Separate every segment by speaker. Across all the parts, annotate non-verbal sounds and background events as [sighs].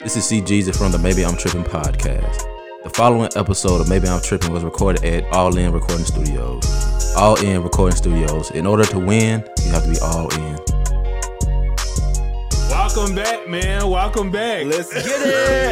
Speaker 1: This is CG's from the Maybe I'm Tripping podcast. The following episode of Maybe I'm Tripping was recorded at All In Recording Studios. All In Recording Studios. In order to win, you have to be all in.
Speaker 2: Welcome back, man. Welcome back.
Speaker 3: Let's get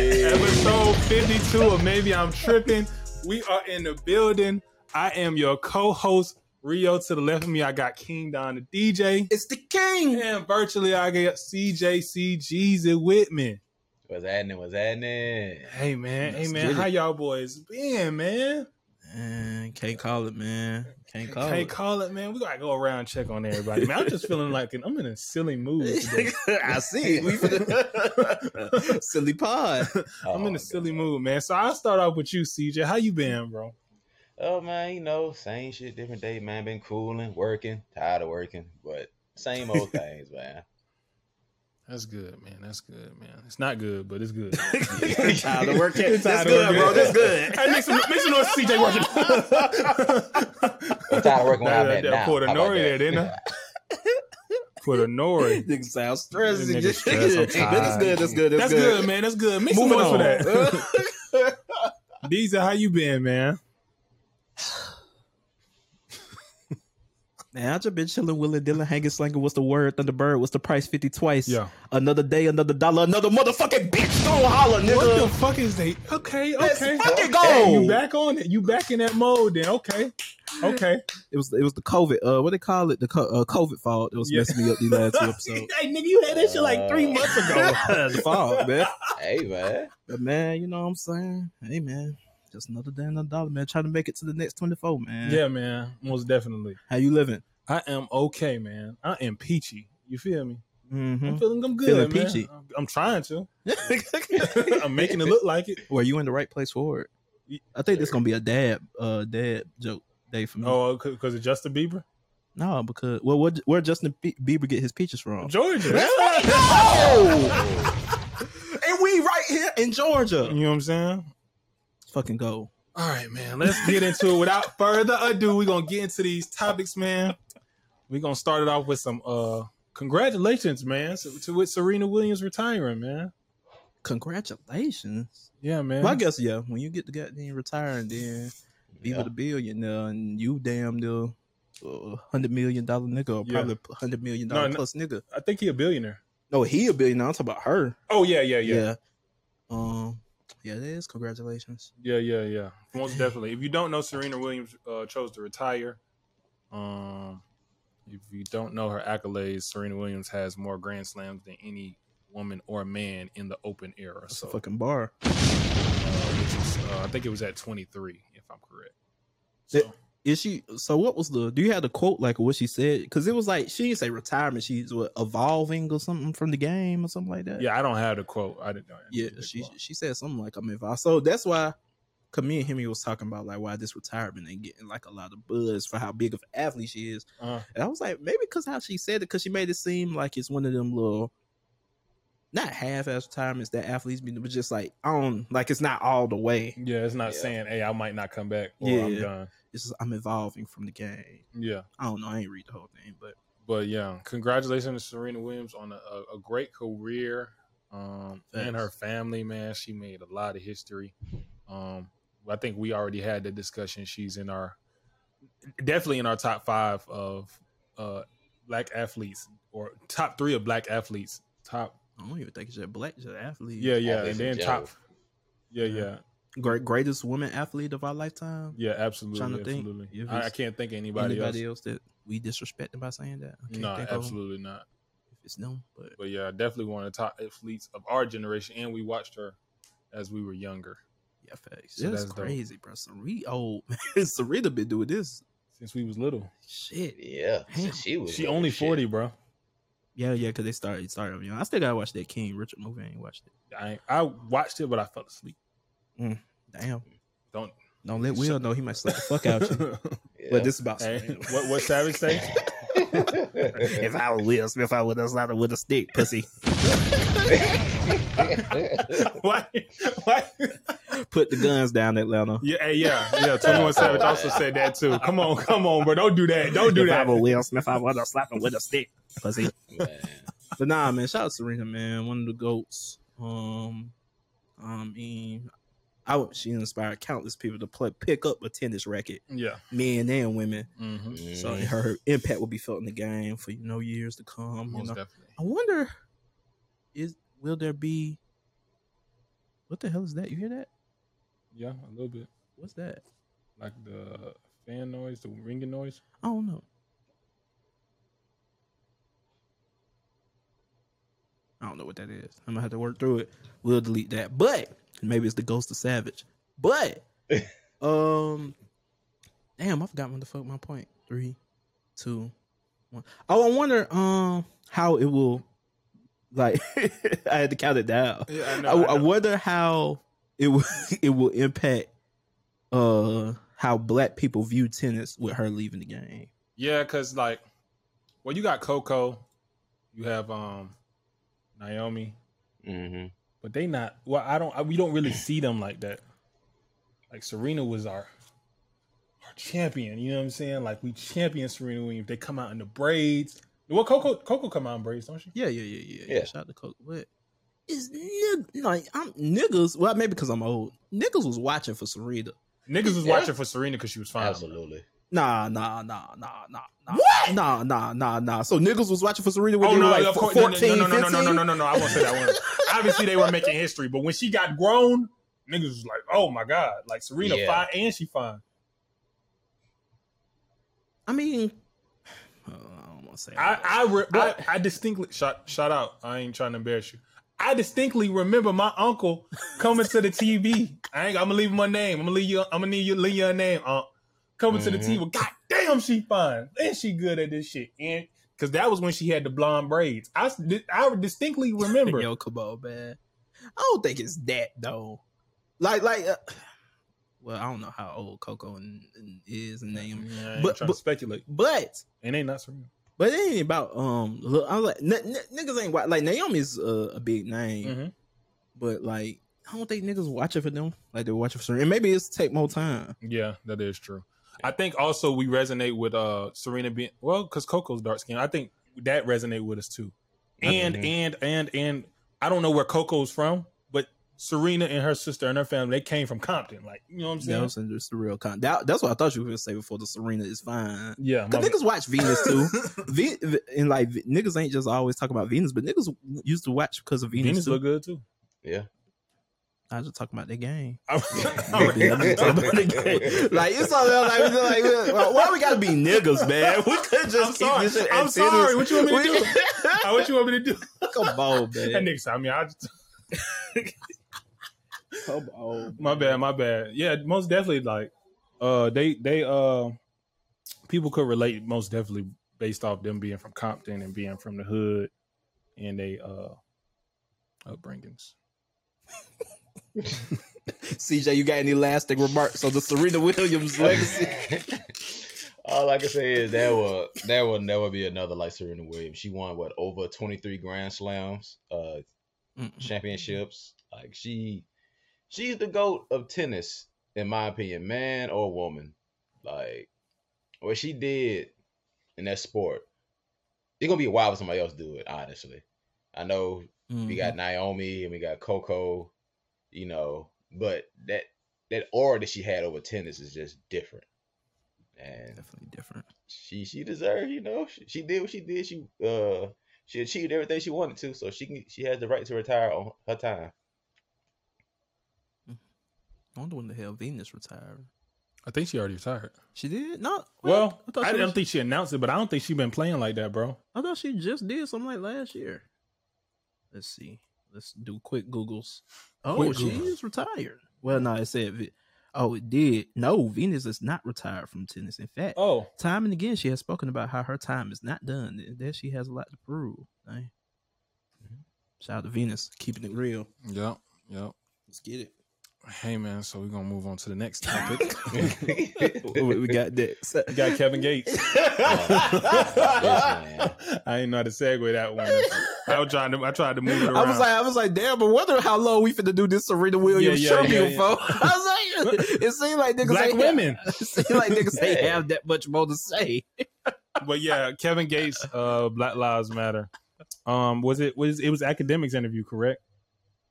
Speaker 3: it.
Speaker 2: [laughs] Episode 52 of Maybe I'm Tripping. We are in the building. I am your co-host, Rio. To the left of me, I got King Don, the DJ.
Speaker 3: It's the king.
Speaker 2: And virtually, I got CJC Jeezy Whitman.
Speaker 3: What's happening? What's happening?
Speaker 2: Hey, man.
Speaker 4: Let's
Speaker 2: hey, man.
Speaker 4: get
Speaker 2: How
Speaker 4: it.
Speaker 2: y'all boys been, man?
Speaker 4: Man, can't call it, man. Can't
Speaker 3: Oh.
Speaker 4: call
Speaker 2: Can't
Speaker 4: it.
Speaker 2: call it, man. We gotta go around and check on everybody. Man, I'm just
Speaker 3: [laughs]
Speaker 2: feeling like an, I'm in a silly mood today.
Speaker 4: [laughs] I see. We finna- [laughs] silly pod.
Speaker 3: Oh,
Speaker 2: I'm in
Speaker 3: my
Speaker 2: a silly
Speaker 3: God.
Speaker 2: mood, man. So I'll start off with you, CJ. How you been, bro?
Speaker 3: Oh man, you know, same shit, different day, man. Been cooling, working, tired of working, but same old things, man.
Speaker 2: [laughs]
Speaker 3: [laughs]
Speaker 2: That's good, man. That's good, man. It's not good, but it's [laughs] good.
Speaker 4: Tired of working.
Speaker 2: Tired
Speaker 4: That's
Speaker 2: of
Speaker 4: good,
Speaker 2: working.
Speaker 4: bro. That's
Speaker 2: [laughs]
Speaker 4: good.
Speaker 2: hey, make some, make some noise, CJ working. [laughs]
Speaker 3: I'm tired of working when I'm
Speaker 2: Nah,
Speaker 3: at
Speaker 2: nah,
Speaker 3: now.
Speaker 2: Put a
Speaker 3: How about
Speaker 2: nori there,
Speaker 3: that?
Speaker 2: didn't I? Put a nori.
Speaker 4: Nigga sound stressed.
Speaker 2: Nigga
Speaker 4: Nigga
Speaker 2: stressed. I'm
Speaker 4: Hey, That's good. That's good.
Speaker 2: That's good. man. That's good. Make some
Speaker 4: Moving
Speaker 2: noise for
Speaker 4: on.
Speaker 2: that. Deezer, how you been, man?
Speaker 4: [laughs] [laughs] man, I just been chilling, willing, dealing, hanging, slinging. What's the word? Thunderbird. What's the price? Fifty twice.
Speaker 2: Yeah.
Speaker 4: Another day, another dollar, another motherfucking bitch. Don't holler, nigga.
Speaker 2: What the fuck is they? Okay,
Speaker 4: Let's
Speaker 2: okay.
Speaker 4: fucking
Speaker 2: Hey,
Speaker 4: go.
Speaker 2: you back on it. You back in that mode then. Okay. [laughs] Okay.
Speaker 4: It was it was the COVID. Uh, what they call it? The co- uh, COVID fault. It was
Speaker 2: Yeah.
Speaker 4: messing me up these last two [laughs] episodes.
Speaker 2: [laughs] hey, nigga, you had that shit like three
Speaker 3: Uh,
Speaker 2: months [laughs] ago.
Speaker 4: the fault, man.
Speaker 3: [laughs] Hey man,
Speaker 4: But man, you know what I'm saying? Hey man, just another day, another dollar, man. Trying to make it to the next 24, man.
Speaker 2: Yeah, man. Most definitely.
Speaker 4: How you living?
Speaker 2: I am okay, man. I am peachy. You feel me?
Speaker 4: Mm-hmm. [laughs]
Speaker 2: I'm Hmm? feeling I'm good,
Speaker 4: Feeling
Speaker 2: man.
Speaker 4: peachy.
Speaker 2: I'm, I'm trying to. [laughs] I'm making it look like it.
Speaker 4: Were you in the right place for it? I think this gonna be a dad, uh, dad joke day for me.
Speaker 2: Oh, because of Justin Bieber,
Speaker 4: No, because well, where, where Justin Bie- Bieber get his peaches from?
Speaker 2: Georgia.
Speaker 4: and we right here in Georgia.
Speaker 2: You know what I'm saying?
Speaker 4: Mm. Fucking go.
Speaker 2: All right, man. Let's get into it. Without further ado, we're gonna get into these topics, man. We're gonna start it off with some uh congratulations, man. So, to with Serena Williams retiring, man.
Speaker 4: Congratulations.
Speaker 2: Yeah, man.
Speaker 4: Well, I guess yeah. When you get to goddamn retire and then be
Speaker 3: Yeah.
Speaker 4: with a billionaire and you damn near uh, hundred million dollar nigga or
Speaker 2: Yeah.
Speaker 4: probably hundred million
Speaker 2: No,
Speaker 4: dollar
Speaker 2: no-
Speaker 4: plus nigga.
Speaker 2: I think he a billionaire.
Speaker 4: No, he a billionaire. I'm talking about her.
Speaker 2: Oh yeah, yeah,
Speaker 4: Yeah.
Speaker 2: yeah,
Speaker 4: Um. Yeah, it is. Congratulations.
Speaker 2: Yeah, yeah, yeah.
Speaker 4: [laughs]
Speaker 2: Most definitely. If you don't know, Serena Williams uh, chose to retire. Um, if you don't know her accolades, Serena Williams has more Grand Slams than any woman or man in the open era.
Speaker 4: That's
Speaker 2: So,
Speaker 4: a fucking bar.
Speaker 2: uh, which is, uh, I think it was at 23, if I'm correct. So,
Speaker 4: That- Is she? So what was the? Do you have the quote like what she said? Because it was like she didn't say retirement. She's what evolving or something from the game or something like that.
Speaker 2: yeah, I don't have the quote. I didn't know.
Speaker 4: Yeah. She she said something like I'm evolving. So that's why. Cause me and Hemi was talking about like why this retirement ain't getting like a lot of buzz for how big of an athlete she is.
Speaker 2: Uh,
Speaker 4: And I was like, maybe because how she said it, because she made it seem like it's one of them little, not half-ass retirements that athletes be, but just like on, like it's not all the way.
Speaker 2: yeah, it's not
Speaker 3: Yeah.
Speaker 2: saying, hey, I might not come back or I'm
Speaker 4: Yeah.
Speaker 2: done.
Speaker 4: It's just, I'm evolving from the game.
Speaker 2: Yeah.
Speaker 4: I don't know. I ain't read the whole thing, but
Speaker 2: But yeah, congratulations to Serena Williams on a, a, a great career um, and
Speaker 4: Thanks.
Speaker 2: her family. Man, she made a lot of history. Um, I think we already had the discussion. She's in our definitely in our top five of uh, black athletes or top three of black athletes. Top,
Speaker 4: I don't even think it's a black just athlete.
Speaker 2: yeah, yeah,
Speaker 3: Athletes
Speaker 2: and
Speaker 3: in
Speaker 2: then
Speaker 3: general.
Speaker 2: top, yeah, yeah,
Speaker 4: great greatest woman athlete of our lifetime.
Speaker 2: yeah, absolutely,
Speaker 4: Trying to think
Speaker 2: absolutely.
Speaker 4: if
Speaker 2: I, I
Speaker 4: it's
Speaker 2: can't think of anybody,
Speaker 4: Anybody, else? that we disrespecting by saying that? I
Speaker 2: else.
Speaker 4: can't
Speaker 2: No,
Speaker 4: think of them
Speaker 2: absolutely not.
Speaker 4: if it's them, but
Speaker 2: But yeah, definitely one of the top athletes of our generation, and we watched her as we were younger.
Speaker 4: yeah, facts.
Speaker 2: So
Speaker 4: that's
Speaker 2: that's dope.
Speaker 4: crazy, bro. Serena, oh, [laughs] Serena been doing this
Speaker 2: since we was little.
Speaker 4: shit.
Speaker 3: yeah.
Speaker 4: Damn.
Speaker 3: She was
Speaker 2: She
Speaker 3: doing
Speaker 2: only
Speaker 3: shit.
Speaker 2: forty, bro.
Speaker 4: Yeah, yeah, because they started started. You know, I still gotta watch that King Richard movie. I ain't watched it.
Speaker 2: I ain't- I watched it, but I fell asleep.
Speaker 4: Damn.
Speaker 2: Don't
Speaker 4: Don't let Will know he might slap the fuck out [laughs] you.
Speaker 3: Yeah. [laughs]
Speaker 4: But this is about
Speaker 2: Hey,
Speaker 4: [laughs] Serena.
Speaker 2: what what Savage say?
Speaker 4: if I was Will Smith, I would have slapped him with a stick, pussy.
Speaker 2: [laughs] why why?
Speaker 4: [laughs] Put the guns down, Atlanta.
Speaker 2: Yeah, hey, yeah, yeah. Twenty One Savage also said that too. Come on, come on, bro. Don't do that. Don't do
Speaker 4: if
Speaker 2: that.
Speaker 4: I were Will Smith, I would have slapped him with a stick, pussy.
Speaker 3: Man.
Speaker 2: [laughs]
Speaker 4: But nah, man, shout out Serena, man. One of the goats. Um, Um, and I would, she inspired countless people to play pick up a tennis racket,
Speaker 2: Yeah.
Speaker 4: men and women.
Speaker 2: Mm-hmm.
Speaker 4: So her impact will be felt in the game for you know years to come. you
Speaker 2: Most
Speaker 4: know.
Speaker 2: definitely.
Speaker 4: I wonder is will there be what the hell is that? You hear that?
Speaker 2: Yeah, a little bit.
Speaker 4: What's that?
Speaker 2: Like the fan noise, the ringing noise.
Speaker 4: I don't know. I don't know what that is. I'm gonna have to work through it. We'll delete that. But maybe it's the ghost of Savage. But um Damn, I forgot what the fuck my point. Three, two, one. Oh, I wonder um how it will like [laughs] I had to count it down.
Speaker 2: Yeah,
Speaker 4: I, I wonder how it will [laughs] it will impact uh how black people view tennis with her leaving the game.
Speaker 2: Yeah, because like, well, you got Coco, you have um Naomi,
Speaker 3: hmm
Speaker 2: but they not. Well, I don't. I, we don't really see them like that. Like Serena was our our champion. You know what I'm saying? Like we champion Serena Williams. They come out in the braids. Well, Coco Coco come out in braids, don't she?
Speaker 4: Yeah, yeah, yeah, yeah.
Speaker 3: Yeah.
Speaker 4: Shout out to Coke. What is nig- like I'm niggas? Well, maybe because I'm old. Niggas was watching for Serena.
Speaker 2: Niggas was
Speaker 3: Yeah.
Speaker 2: watching for Serena because she was fine.
Speaker 3: Absolutely.
Speaker 4: Nah, nah, nah, nah, nah, nah. What? Nah, nah, nah, nah. So niggas was watching for Serena when
Speaker 2: Oh
Speaker 4: they
Speaker 2: no!
Speaker 4: were like
Speaker 2: of course,
Speaker 4: 14,
Speaker 2: no, no, no, no, no, no, no,
Speaker 4: 15?
Speaker 2: no, no, no! I won't say that one. Obviously, they were making history, but when she got grown, niggas was like, "Oh my god!" Like Serena
Speaker 3: Yeah.
Speaker 2: fine and she fine.
Speaker 4: I mean, uh, I don't want to say.
Speaker 2: I
Speaker 4: that.
Speaker 2: I, re- I
Speaker 4: But-
Speaker 2: I distinctly shout shout out. I ain't trying to embarrass you. I distinctly remember my uncle coming to the TV. I ain't, I'm gonna leave my name. I'm gonna leave you. I'm gonna leave you. Leave your name. Unc. Coming to the
Speaker 3: Mhm.
Speaker 2: TV.
Speaker 4: Mm-hmm.
Speaker 2: God damn, she fine and she good at this shit. And because that was when she had the blonde braids. I s- I
Speaker 4: [laughs]
Speaker 2: distinctly remember.
Speaker 4: Yo, come on, man. I don't think it's that though. Like, like, uh, well, I don't know how old Coco and, and is and name,
Speaker 2: Yeah, I ain't
Speaker 4: But-
Speaker 2: trying
Speaker 4: but-
Speaker 2: to speculate.
Speaker 4: but
Speaker 2: And they not Serena.
Speaker 4: but it ain't about um. Look, I'm like n- n- niggas ain't wa- like Naomi's a, a big name,
Speaker 2: Mhm.
Speaker 4: but like I don't think niggas watching for them like they're watching for Serena. And maybe it's take more time.
Speaker 2: Yeah, that is true. I think also we resonate with uh Serena being well because Coco's dark skin. I think that resonate with us too. And
Speaker 3: Mhm.
Speaker 2: and and and I don't know where Coco's from, but Serena and her sister and her family they came from Compton. Like you know what I'm
Speaker 4: You know
Speaker 2: saying?
Speaker 4: what I'm saying? Just the real con. That, that's what I thought you were gonna say before the Serena is fine.
Speaker 2: Yeah, my- [laughs]
Speaker 4: Cause niggas watch Venus [laughs] too. Ve- and like niggas ain't just always talking about Venus, but niggas used to watch because of Venus.
Speaker 2: Venus
Speaker 4: too.
Speaker 2: look good
Speaker 4: [laughs]
Speaker 2: too.
Speaker 3: Yeah.
Speaker 4: I was just talking about
Speaker 3: [laughs]
Speaker 4: that game.
Speaker 2: I,
Speaker 4: [laughs]
Speaker 3: Oh,
Speaker 4: Maybe I'm just talking about the game. like it's all about, like, it's like well, why we gotta be niggas, [laughs] man? We could
Speaker 2: [laughs]
Speaker 4: just
Speaker 2: I'm
Speaker 4: keep
Speaker 2: sorry.
Speaker 4: this shit
Speaker 2: I'm
Speaker 4: at
Speaker 2: sorry.
Speaker 4: tennis.
Speaker 2: What you want me to do?
Speaker 4: We-
Speaker 2: what you want me to do?
Speaker 4: [laughs] Come on,
Speaker 2: That
Speaker 4: man.
Speaker 2: nigga, said, I mean, I just,
Speaker 4: Come on.
Speaker 2: my bad, my bad. Yeah, most definitely. Like, uh, they they uh, people could relate most definitely based off them being from Compton and being from the hood and they uh upbringings.
Speaker 4: CJ, you got any lasting remarks on the Serena Williams legacy?
Speaker 3: [laughs] All I can say is there will there will never be another like Serena Williams. She won what over twenty three Grand Slams, uh, championships. Like she, she's the goat of tennis in my opinion, man or woman. Like what she did in that sport, it's gonna be wild if somebody else do it. Honestly, I know we
Speaker 2: Mm-hmm.
Speaker 3: got Naomi and we got Coco, you know, but that that aura that she had over tennis is just different. And
Speaker 4: definitely different.
Speaker 3: she she deserved, you know, she, she did what she did. She uh she achieved everything she wanted to, so she can she has the right to retire on her time.
Speaker 4: I wonder when the hell Venus retired.
Speaker 2: I think she already retired.
Speaker 4: She did not.
Speaker 2: Well,
Speaker 4: I,
Speaker 2: I,
Speaker 4: thought she
Speaker 2: don't
Speaker 4: was-
Speaker 2: think she announced it, but I don't think she been playing like that, bro.
Speaker 4: I thought she just did something like last year. Let's see. Let's do quick Googles. Oh,
Speaker 2: Quick
Speaker 4: she
Speaker 2: Googles.
Speaker 4: is retired. Well, no, it said. Ve- Oh, it did. No, Venus is not retired from tennis. In fact,
Speaker 2: Oh,
Speaker 4: time and again, she has spoken about how her time is not done and that she has a lot to prove. Dang. Mm-hmm. Shout out to Venus, keeping it real.
Speaker 2: yep, yep.
Speaker 4: Let's get it.
Speaker 2: Hey man, so we're gonna move on to the next [laughs] topic.
Speaker 4: [laughs] we, we [laughs] got that.
Speaker 2: we got Kevin [laughs] Gates.
Speaker 3: man.
Speaker 2: I didn't know how to segue that [laughs] one. I was trying to. I tried to move it around.
Speaker 4: I was like, I was like, damn, but wonder how long we finna do this Serena Williams
Speaker 2: Yeah, yeah,
Speaker 4: tribute
Speaker 2: yeah, yeah.
Speaker 4: for. [laughs] I was like, [laughs] it seemed like niggas
Speaker 2: black
Speaker 4: ain't
Speaker 2: women,
Speaker 4: [laughs] It seemed like niggas ain't
Speaker 3: Yeah.
Speaker 4: have that much more to say.
Speaker 2: but yeah, Kevin Gates, uh, Black Lives Matter. Um, was it was it was academics interview correct?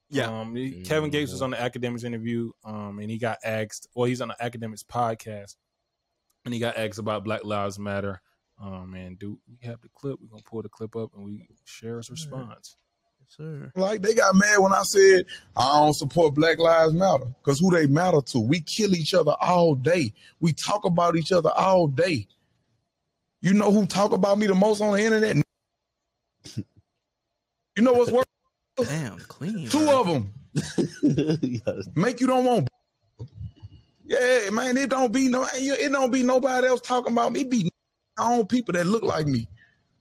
Speaker 4: Yeah.
Speaker 2: Um, he- Kevin Gates was on the academics interview, um, and he got asked, well, he's on the academics podcast, and he got asked about Black Lives Matter. Um, and do we have the clip? We're gonna pull the clip up and we share his response.
Speaker 4: Sir.
Speaker 5: Like they got mad when I said I don't support Black Lives Matter because who they matter to? We kill each other all day. We talk about each other all day. You know who talk about me the most on the internet? [laughs] you know what's worse?
Speaker 4: Damn, clean.
Speaker 5: Two
Speaker 4: bro.
Speaker 5: of them make you don't want. Yeah, man, it don't be no, it don't be nobody else talking about me. It be my own people that look like me,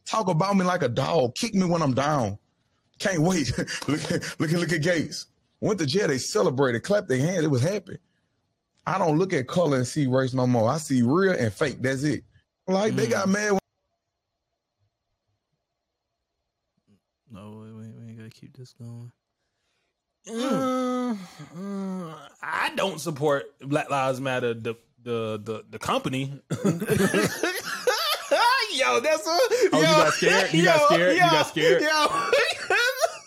Speaker 5: talk about me like a dog, kick me when I'm down. Can't wait. [laughs] look, at- look at look at Gates. Went to jail. They celebrated, clapped their hands. It was happy. I don't look at color and see race no more. I see real and fake. That's it. Like they got mad. When,
Speaker 4: No, wait, wait, we ain't gotta keep this going.
Speaker 2: Mm, mm, I don't support Black Lives Matter the the the, the company.
Speaker 4: [laughs]
Speaker 2: [laughs]
Speaker 4: yo, that's what.
Speaker 2: Oh, you got scared? You got scared? You got scared?
Speaker 4: Yo, [laughs] I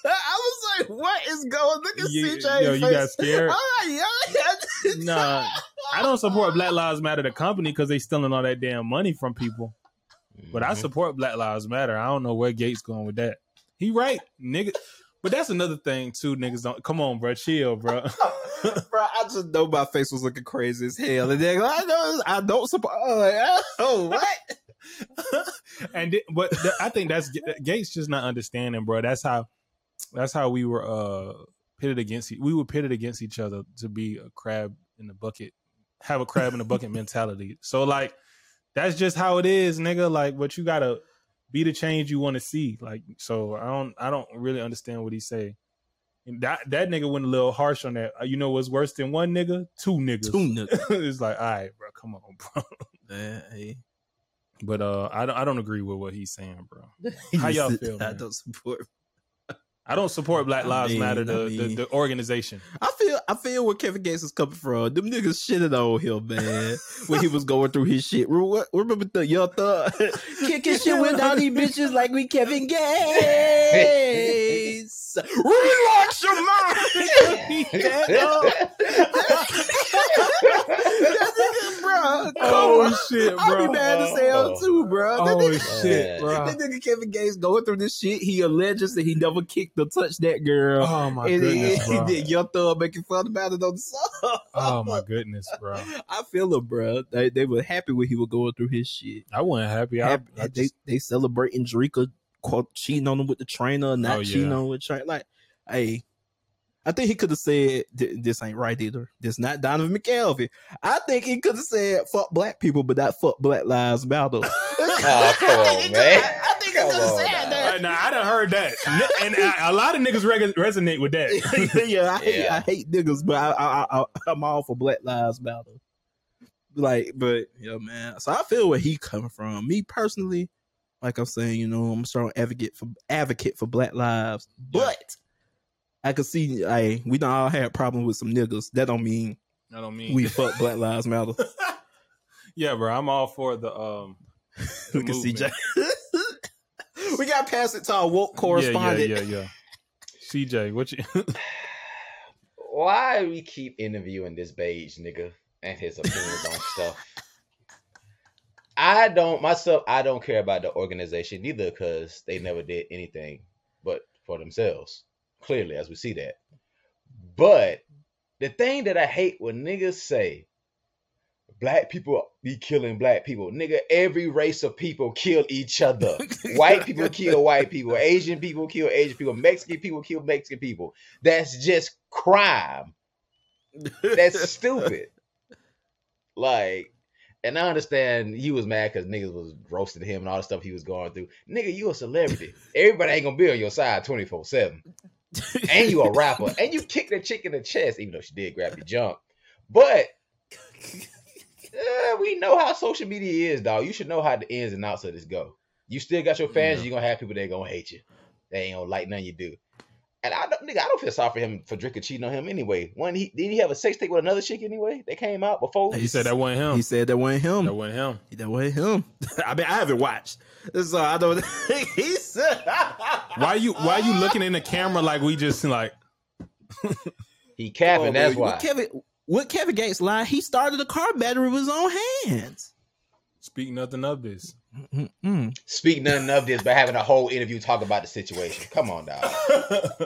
Speaker 4: was like, what is going? Look at
Speaker 2: You-
Speaker 4: CJ.
Speaker 2: yo, you
Speaker 4: face. Oh,
Speaker 2: got
Speaker 4: [laughs]
Speaker 2: scared?
Speaker 4: I'm like, yo,
Speaker 2: nah, I don't support Black Lives Matter the company because they stealing all that damn money from people. [laughs] But I
Speaker 3: Mhm. [laughs]
Speaker 2: support Black Lives Matter. I don't know where Gates going with that. He right, nigga. But that's another thing too. Niggas don't come on, bro. Chill, bro.
Speaker 4: [laughs] Bro, I just know my face was looking crazy as hell, and then I know I don't support. Oh, yeah. [laughs] oh what?
Speaker 2: and it- but th- I think that's Gates just not understanding, bro. That's how that's how we were uh pitted against e- we were pitted against each other to be a crab in the bucket, have a crab in the [laughs] bucket mentality. So like that's just how it is, nigga. Like, but you gotta be the change you want to see. Like, so I don't I don't really understand what he say. And that that nigga went a little harsh on that. Uh, You know what's worse than one nigga? Two niggas.
Speaker 4: niggas.
Speaker 2: [laughs] it's like, all right, bro, come on, bro. But uh, I don't I don't agree with what he's saying, bro. How y'all feel,
Speaker 4: I
Speaker 2: man?
Speaker 4: don't support.
Speaker 2: I don't support Black
Speaker 4: I
Speaker 2: Lives
Speaker 4: mean,
Speaker 2: Matter, the,
Speaker 4: I
Speaker 2: the
Speaker 4: mean-
Speaker 2: the organization.
Speaker 4: I feel. I feel where Kevin Gates is coming from. Them niggas shitted on him, man. when he was going through his shit. Remember, remember the young thug [laughs] kicking shit with all these bitches like we Kevin Gates. Relax your mind.
Speaker 3: [laughs]
Speaker 4: [laughs] Yeah. that nigga, bro.
Speaker 2: Oh
Speaker 4: [laughs]
Speaker 2: shit,
Speaker 4: I'll
Speaker 2: bro!
Speaker 4: be mad as hell
Speaker 3: Oh.
Speaker 4: too, bro. That,
Speaker 2: Oh
Speaker 4: nigga,
Speaker 2: shit, bro!
Speaker 4: that nigga Kevin Gates going through this shit. He alleges that he never kicked or touched that girl.
Speaker 2: Oh my
Speaker 4: and he,
Speaker 2: goodness,
Speaker 4: he
Speaker 2: bro!
Speaker 4: did your thug making fun about it on the song.
Speaker 2: Oh my goodness, bro!
Speaker 4: I feel him, bro. They, they were happy when he was going through his shit.
Speaker 2: I wasn't happy. I,
Speaker 4: Happy-
Speaker 2: I just,
Speaker 4: they, they celebrating Drika quote, cheating on him with the trainer, not
Speaker 2: Oh, yeah.
Speaker 4: cheating on him with trainer. Like, hey, I think he could have said "Th- this ain't right either. This not Donovan McKelvey. I think he could have said fuck black people, but not fuck Black
Speaker 3: [laughs]
Speaker 4: Lives Matter.
Speaker 3: Aw, Ah, Oh, come on,
Speaker 4: [laughs]
Speaker 3: man.
Speaker 4: I think he
Speaker 3: Come
Speaker 4: could have
Speaker 3: on
Speaker 4: said
Speaker 3: now.
Speaker 4: that.
Speaker 2: I, nah, I done heard that, Ni- and I, a lot of niggas reg- resonate with
Speaker 4: [laughs]
Speaker 2: that.
Speaker 4: yeah, I hate,
Speaker 3: Yeah.
Speaker 4: I hate niggas, but I, I, I, I'm all for Black Lives Matter. Like, but yeah, man. So I feel where he coming from. Me personally, like I'm saying, you know, I'm a strong advocate for advocate for Black lives, but I could see, like, we don't all had problems with some niggas. That don't mean
Speaker 2: I don't mean
Speaker 4: we fuck Black Lives Matter.
Speaker 2: [laughs] yeah, bro. I'm all for the um. the
Speaker 4: Look at CJ.
Speaker 2: movement.
Speaker 4: [laughs] we got past it to our woke correspondent.
Speaker 2: Yeah, yeah, yeah. yeah. CJ, what you?
Speaker 3: Why we keep interviewing this beige nigga and his opinions on stuff? I don't myself. I don't care about the organization either because they never did anything but for themselves. Clearly, as we see that. But the thing that I hate when niggas say, "Black people be killing black people," nigga, every race of people kill each other. White people kill white people. Asian people kill Asian people. Mexican people kill Mexican people. That's just crime. That's stupid. Like, and I understand he was mad because niggas was roasting him and all the stuff he was going through. Nigga, you a celebrity. Everybody ain't gonna be on your side 24 7. And you a rapper. And you kicked the chick in the chest, even though she did grab the jump. But uh, we know how social media is, dog. You should know how the ins and outs of this go. You still got your fans, you're gonna have people that gonna hate you. They ain't gonna like nothing you do. And I don't, nigga, I don't feel sorry for him for drinking cheating on him anyway. When he didn't he have a sex tape with another chick anyway? They came out before.
Speaker 2: He said that wasn't him.
Speaker 4: [laughs] He said that wasn't him.
Speaker 2: that wasn't him.
Speaker 4: That wasn't him. [laughs] I mean, I haven't watched, so I don't. [laughs] he said,
Speaker 2: Why you? Why you looking in the camera like we just like?
Speaker 3: He capping.
Speaker 4: Oh,
Speaker 3: that's
Speaker 4: man,
Speaker 3: why.
Speaker 4: What Kevin, what Kevin Gates lied, he started a car battery with his own hands.
Speaker 2: Speak nothing of this.
Speaker 4: Mm-mm.
Speaker 3: Speak nothing of this, but having a whole interview talk about the situation. Come on, dog.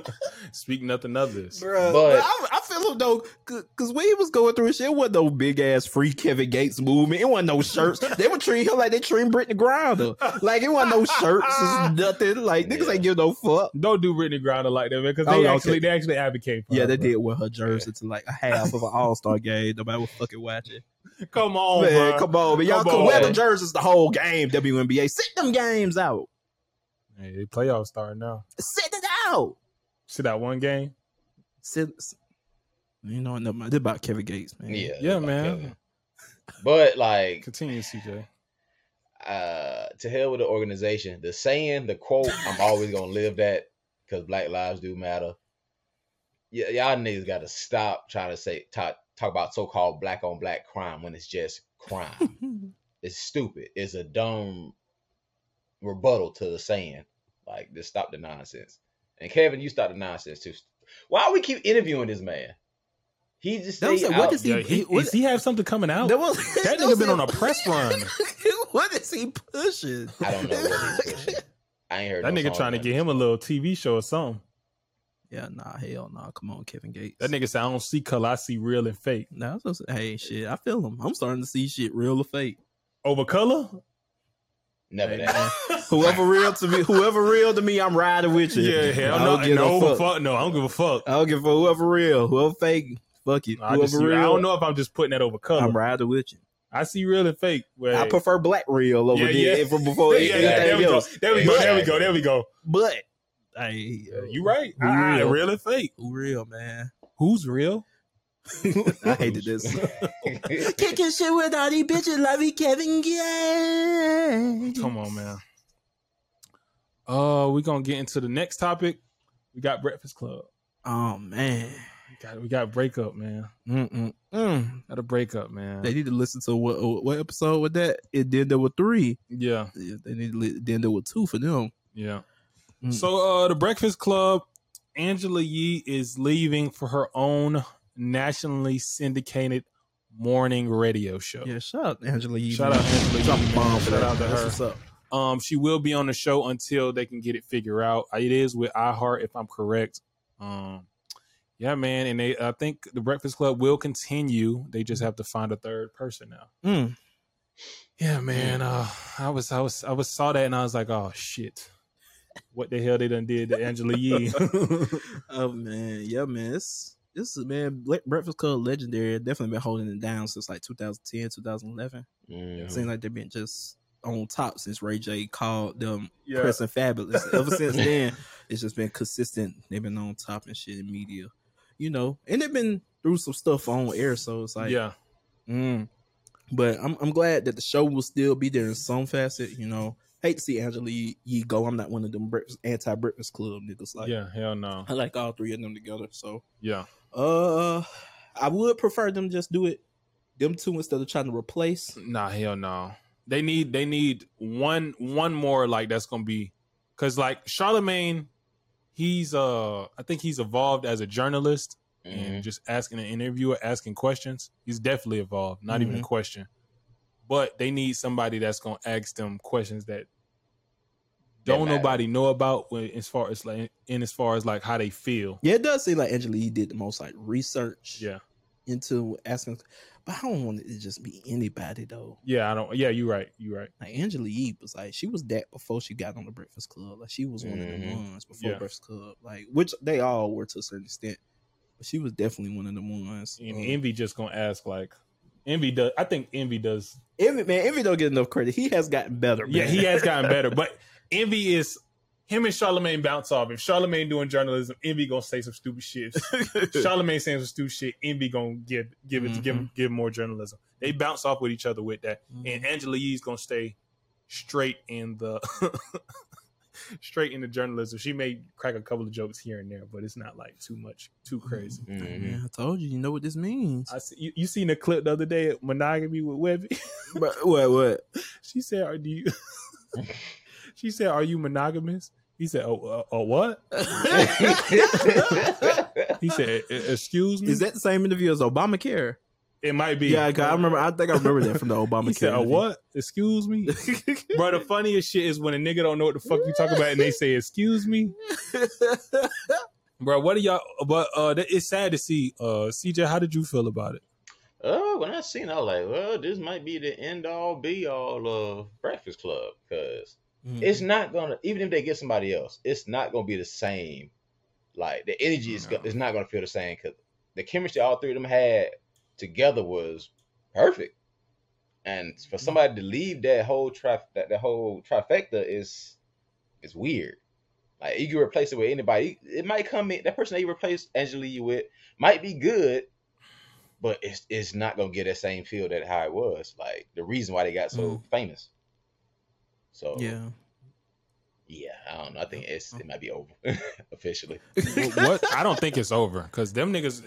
Speaker 2: [laughs] Speak nothing of this.
Speaker 4: Bruh,
Speaker 3: But-
Speaker 4: I, I feel him though, because when he was going through his shit, it wasn't no big ass free Kevin Gates movement. It wasn't
Speaker 3: [laughs]
Speaker 4: no shirts. they were treating him like they treating Brittany Grinder. Like it wasn't no shirts,
Speaker 3: [laughs]
Speaker 4: it's nothing. Like niggas
Speaker 3: Yeah.
Speaker 4: ain't give no fuck.
Speaker 2: Don't do Brittany Grinder like that, man, because they
Speaker 4: Oh, okay.
Speaker 2: actually they actually advocate for
Speaker 4: Yeah,
Speaker 2: her,
Speaker 4: they
Speaker 2: bro.
Speaker 4: did wear her jersey to like a half of an
Speaker 3: [laughs]
Speaker 4: All Star game. Nobody was fucking watching.
Speaker 2: [laughs] Come on,
Speaker 4: man,
Speaker 2: bro.
Speaker 4: come on, man. Y'all
Speaker 2: Come
Speaker 4: could
Speaker 2: on.
Speaker 4: wear the jerseys the whole game. WNBA, sit them games out.
Speaker 2: Hey, they playoff star now.
Speaker 4: Sit it out.
Speaker 2: See that one game?
Speaker 4: Sit. s- You know, no, man, they're about Kevin Gates, man.
Speaker 3: Yeah,
Speaker 2: Yeah,
Speaker 3: like,
Speaker 2: man.
Speaker 3: uh, But like,
Speaker 2: Continue, CJ.
Speaker 3: uh, to hell with the organization. The saying, the quote, I'm always gonna live that because Black Lives do matter. Yeah, y'all niggas gotta stop trying to say talk talk about so called black on black crime when it's just crime.
Speaker 4: [laughs]
Speaker 3: it's stupid. It's a dumb rebuttal to the saying. Like, just stop the nonsense. And Kevin, you stop the nonsense too. Why we keep interviewing this man? He just
Speaker 4: [laughs] That was
Speaker 3: stay
Speaker 4: a- what
Speaker 3: out-
Speaker 4: does he-
Speaker 2: Yeah, he,
Speaker 4: what-
Speaker 2: does he have something coming out?
Speaker 4: There was-
Speaker 2: That
Speaker 4: there
Speaker 2: nigga been on
Speaker 4: was-
Speaker 2: a
Speaker 4: [laughs]
Speaker 2: press run.
Speaker 4: what is he pushing?
Speaker 3: I don't know what
Speaker 4: [laughs]
Speaker 3: he's pushing. I ain't heard
Speaker 2: That
Speaker 3: no
Speaker 2: nigga
Speaker 3: song
Speaker 2: trying to
Speaker 3: about
Speaker 2: get
Speaker 3: it.
Speaker 2: him a little TV show or something.
Speaker 4: yeah, nah, hell, nah. Come on, Kevin Gates.
Speaker 2: That nigga said, I don't see color, I see real and fake.
Speaker 4: Nah, that's what I'm saying. hey, shit, I feel him. I'm starting to see shit real
Speaker 2: [laughs]
Speaker 4: or fake.
Speaker 2: Over color?
Speaker 3: never
Speaker 2: Hey,
Speaker 3: that.
Speaker 2: man.
Speaker 4: Whoever real to me, whoever real to me, I'm riding with you.
Speaker 2: Yeah, hell
Speaker 4: I don't
Speaker 2: no.
Speaker 4: give a
Speaker 2: No,
Speaker 4: fuck. Uh,
Speaker 2: fuck, no, I don't give a fuck.
Speaker 4: I don't give a fuck. Whoever real, whoever fake, fuck it.
Speaker 2: I,
Speaker 4: whoever
Speaker 2: just see-
Speaker 4: real,
Speaker 2: I don't know if I'm just putting that over color.
Speaker 4: I'm riding with you.
Speaker 2: I see real and fake. Where
Speaker 4: I prefer black real over
Speaker 2: Yeah,
Speaker 4: there
Speaker 2: yeah.
Speaker 4: from
Speaker 2: [laughs]
Speaker 4: before
Speaker 2: yeah,
Speaker 4: anything
Speaker 2: yeah, there we go.
Speaker 4: else.
Speaker 2: There we go. There we go. There we go.
Speaker 4: But hey,
Speaker 2: You right?
Speaker 4: Who
Speaker 2: Ah,
Speaker 4: real?
Speaker 2: real and fake.
Speaker 4: who real man?
Speaker 2: Who's real?
Speaker 4: I hated this. [laughs] Kicking shit with all these bitches like we Kevin Gates.
Speaker 2: Come on, man. Uh, we gonna get into the next topic. We got Breakfast Club.
Speaker 4: Oh man.
Speaker 2: We got we got breakup, man.
Speaker 4: Mm-mm. Mm.
Speaker 2: Got a breakup, man.
Speaker 4: They need to listen to what what episode with that? It then there were three.
Speaker 2: yeah,
Speaker 4: They need to li- then there were two for them.
Speaker 2: yeah.
Speaker 4: Mm.
Speaker 2: So uh the Breakfast Club, Angela Yee is leaving for her own nationally syndicated morning radio show.
Speaker 4: Yeah, shout out Angela Yee.
Speaker 2: Shout
Speaker 4: man.
Speaker 2: out Angela
Speaker 4: Drop
Speaker 2: Yee,
Speaker 4: a bomb
Speaker 2: man.
Speaker 4: for
Speaker 2: Shout
Speaker 4: that.
Speaker 2: out to
Speaker 4: That's
Speaker 2: her.
Speaker 4: What's up?
Speaker 2: Um, she will be on the show until they can get it figured out. It is with iHeart, if I'm correct. Um, yeah, man, and they I think the Breakfast Club will continue. They just have to find a third person now.
Speaker 4: Mm.
Speaker 2: Yeah, man. Uh, I was I was I was saw that and I was like, oh shit, what the hell they done did to Angela Yee?
Speaker 4: Oh man, yeah, man. It's this is man. Ble- Breakfast Club legendary. Definitely been holding it down since like 2010, 2011.
Speaker 3: Mhm.
Speaker 4: Seems like they've been just on top since Ray J called them
Speaker 2: [laughs] [laughs] Yeah.
Speaker 4: pressing fabulous. Ever since then, it's just been consistent. They've been on top and shit in media, you know, and they've been through some stuff on air. So it's like,
Speaker 2: yeah,
Speaker 4: Mm. But I'm I'm glad that the show will still be there in some facet. You know, hate to see Angela Yee Yee go. I'm not one of them breakfast, anti Breakfast Club niggas. Like,
Speaker 2: yeah, hell no,
Speaker 4: I like all three of them together. So,
Speaker 2: yeah,
Speaker 4: uh, I would prefer them just do it, them two instead of trying to replace.
Speaker 2: nah, hell no. They need they need one one more like that's gonna be because like Charlemagne, he's uh I think he's evolved as a journalist.
Speaker 3: Mm-hmm.
Speaker 2: and just asking an interviewer, asking questions. He's definitely involved, not even a question. But they need somebody that's gonna ask them questions that don't
Speaker 3: matter.
Speaker 2: nobody know about when, as far as like in as far as like how they feel.
Speaker 4: Yeah, it does seem like Angela Yee did the most like research
Speaker 2: Yeah.
Speaker 4: into asking, but I don't want it to just be anybody though.
Speaker 2: Yeah, I don't yeah, you're right. You're right.
Speaker 4: Like Angela Yee was like she was that before she got on the Breakfast Club. Like she was one of the
Speaker 3: Mhm.
Speaker 4: ones before
Speaker 2: Mm-hmm. Yeah.
Speaker 4: Breakfast Club. Like which they all were to a certain extent, but she was definitely one of the ones.
Speaker 2: And
Speaker 4: Um,
Speaker 2: Envy just gonna ask like Envy does I think Envy does
Speaker 4: Envy, man, Envy don't get enough credit. He has gotten better. Man.
Speaker 2: yeah, he
Speaker 4: [laughs]
Speaker 2: has gotten better, but Envy is him and Charlemagne bounce off. If Charlemagne doing journalism, Envy gonna say some stupid shit. Charlemagne saying some stupid shit. Envy gonna give give it give give more journalism. They bounce off with each other with that. And Angela Yee's gonna stay straight in the [laughs] straight in the journalism. She may crack a couple of jokes here and there, but it's not like too much, too
Speaker 4: Mm-hmm.
Speaker 2: crazy. Mm-hmm.
Speaker 3: Mhm.
Speaker 4: Man, I told you, you know what this means.
Speaker 2: I see, you, you seen the clip the other day of monogamy with Webby.
Speaker 4: But what? What?
Speaker 2: She said, "Are
Speaker 4: [laughs]
Speaker 2: do you?" [laughs] she said, "Are you monogamous?" He said, "Oh, uh, uh, what?" He He said, "E- "Excuse me."
Speaker 4: Is that the same interview as Obamacare?
Speaker 2: it might be.
Speaker 4: Yeah, 'cause I remember. I think I remember that from [laughs] the
Speaker 2: He
Speaker 4: Obamacare.
Speaker 2: said, "A
Speaker 4: interview.
Speaker 2: what? Excuse
Speaker 4: [laughs]
Speaker 2: me." Bro, the funniest shit is when a nigga don't know what the fuck you talking about and they say, "Excuse me." Bro, what do y'all? But uh, that- it's sad to see. Uh, CJ, how did you feel about it?
Speaker 3: [laughs] Oh, when I seen, it, I was like, well, this might be the end all be all of Breakfast Club because
Speaker 2: Mm-hmm.
Speaker 4: Mm-hmm.
Speaker 3: it's not gonna. Even if they get somebody else, it's not gonna be the same. Like the energy is, go-
Speaker 4: No.
Speaker 3: is not gonna feel the same because the chemistry all three of them had together was perfect. And
Speaker 4: Mm-hmm.
Speaker 3: for somebody to leave that whole trif that, that whole trifecta is is weird. Like you can replace it with anybody. It might come in that person that you replace Angela Yee with might be good, but it's it's not gonna get that same feel that how it was. Like the reason why they got so famous. So
Speaker 4: Mm. yeah.
Speaker 3: yeah, I don't know. I think it's it might be over [laughs] officially.
Speaker 2: What- what? I don't think it's over because them niggas,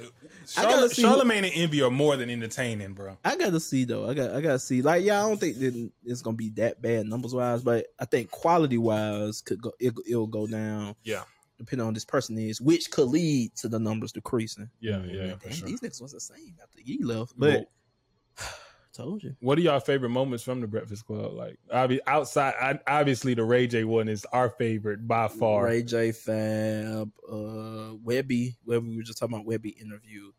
Speaker 4: I gotta
Speaker 2: Charla-
Speaker 4: see who-
Speaker 2: Charlemagne and Envy are more than entertaining, bro.
Speaker 4: [laughs] I gotta see though. I got I gotta see. Like, yeah, I don't think that it's gonna be that bad numbers wise, but I think quality wise could go. It, it'll go down.
Speaker 2: Yeah.
Speaker 4: depending on who this person is, which could lead to the numbers decreasing.
Speaker 2: Yeah,
Speaker 3: yeah,
Speaker 2: yeah,
Speaker 3: yeah,
Speaker 2: for
Speaker 4: Damn,
Speaker 2: sure.
Speaker 4: These niggas was the same after he left, but told you.
Speaker 2: What are y'all favorite moments from the Breakfast Club? Like, obvi- outside, I, obviously the Ray J one is our favorite by far.
Speaker 4: Ray J Fab, uh, Webby, Webby. We were just talking about Webby interview.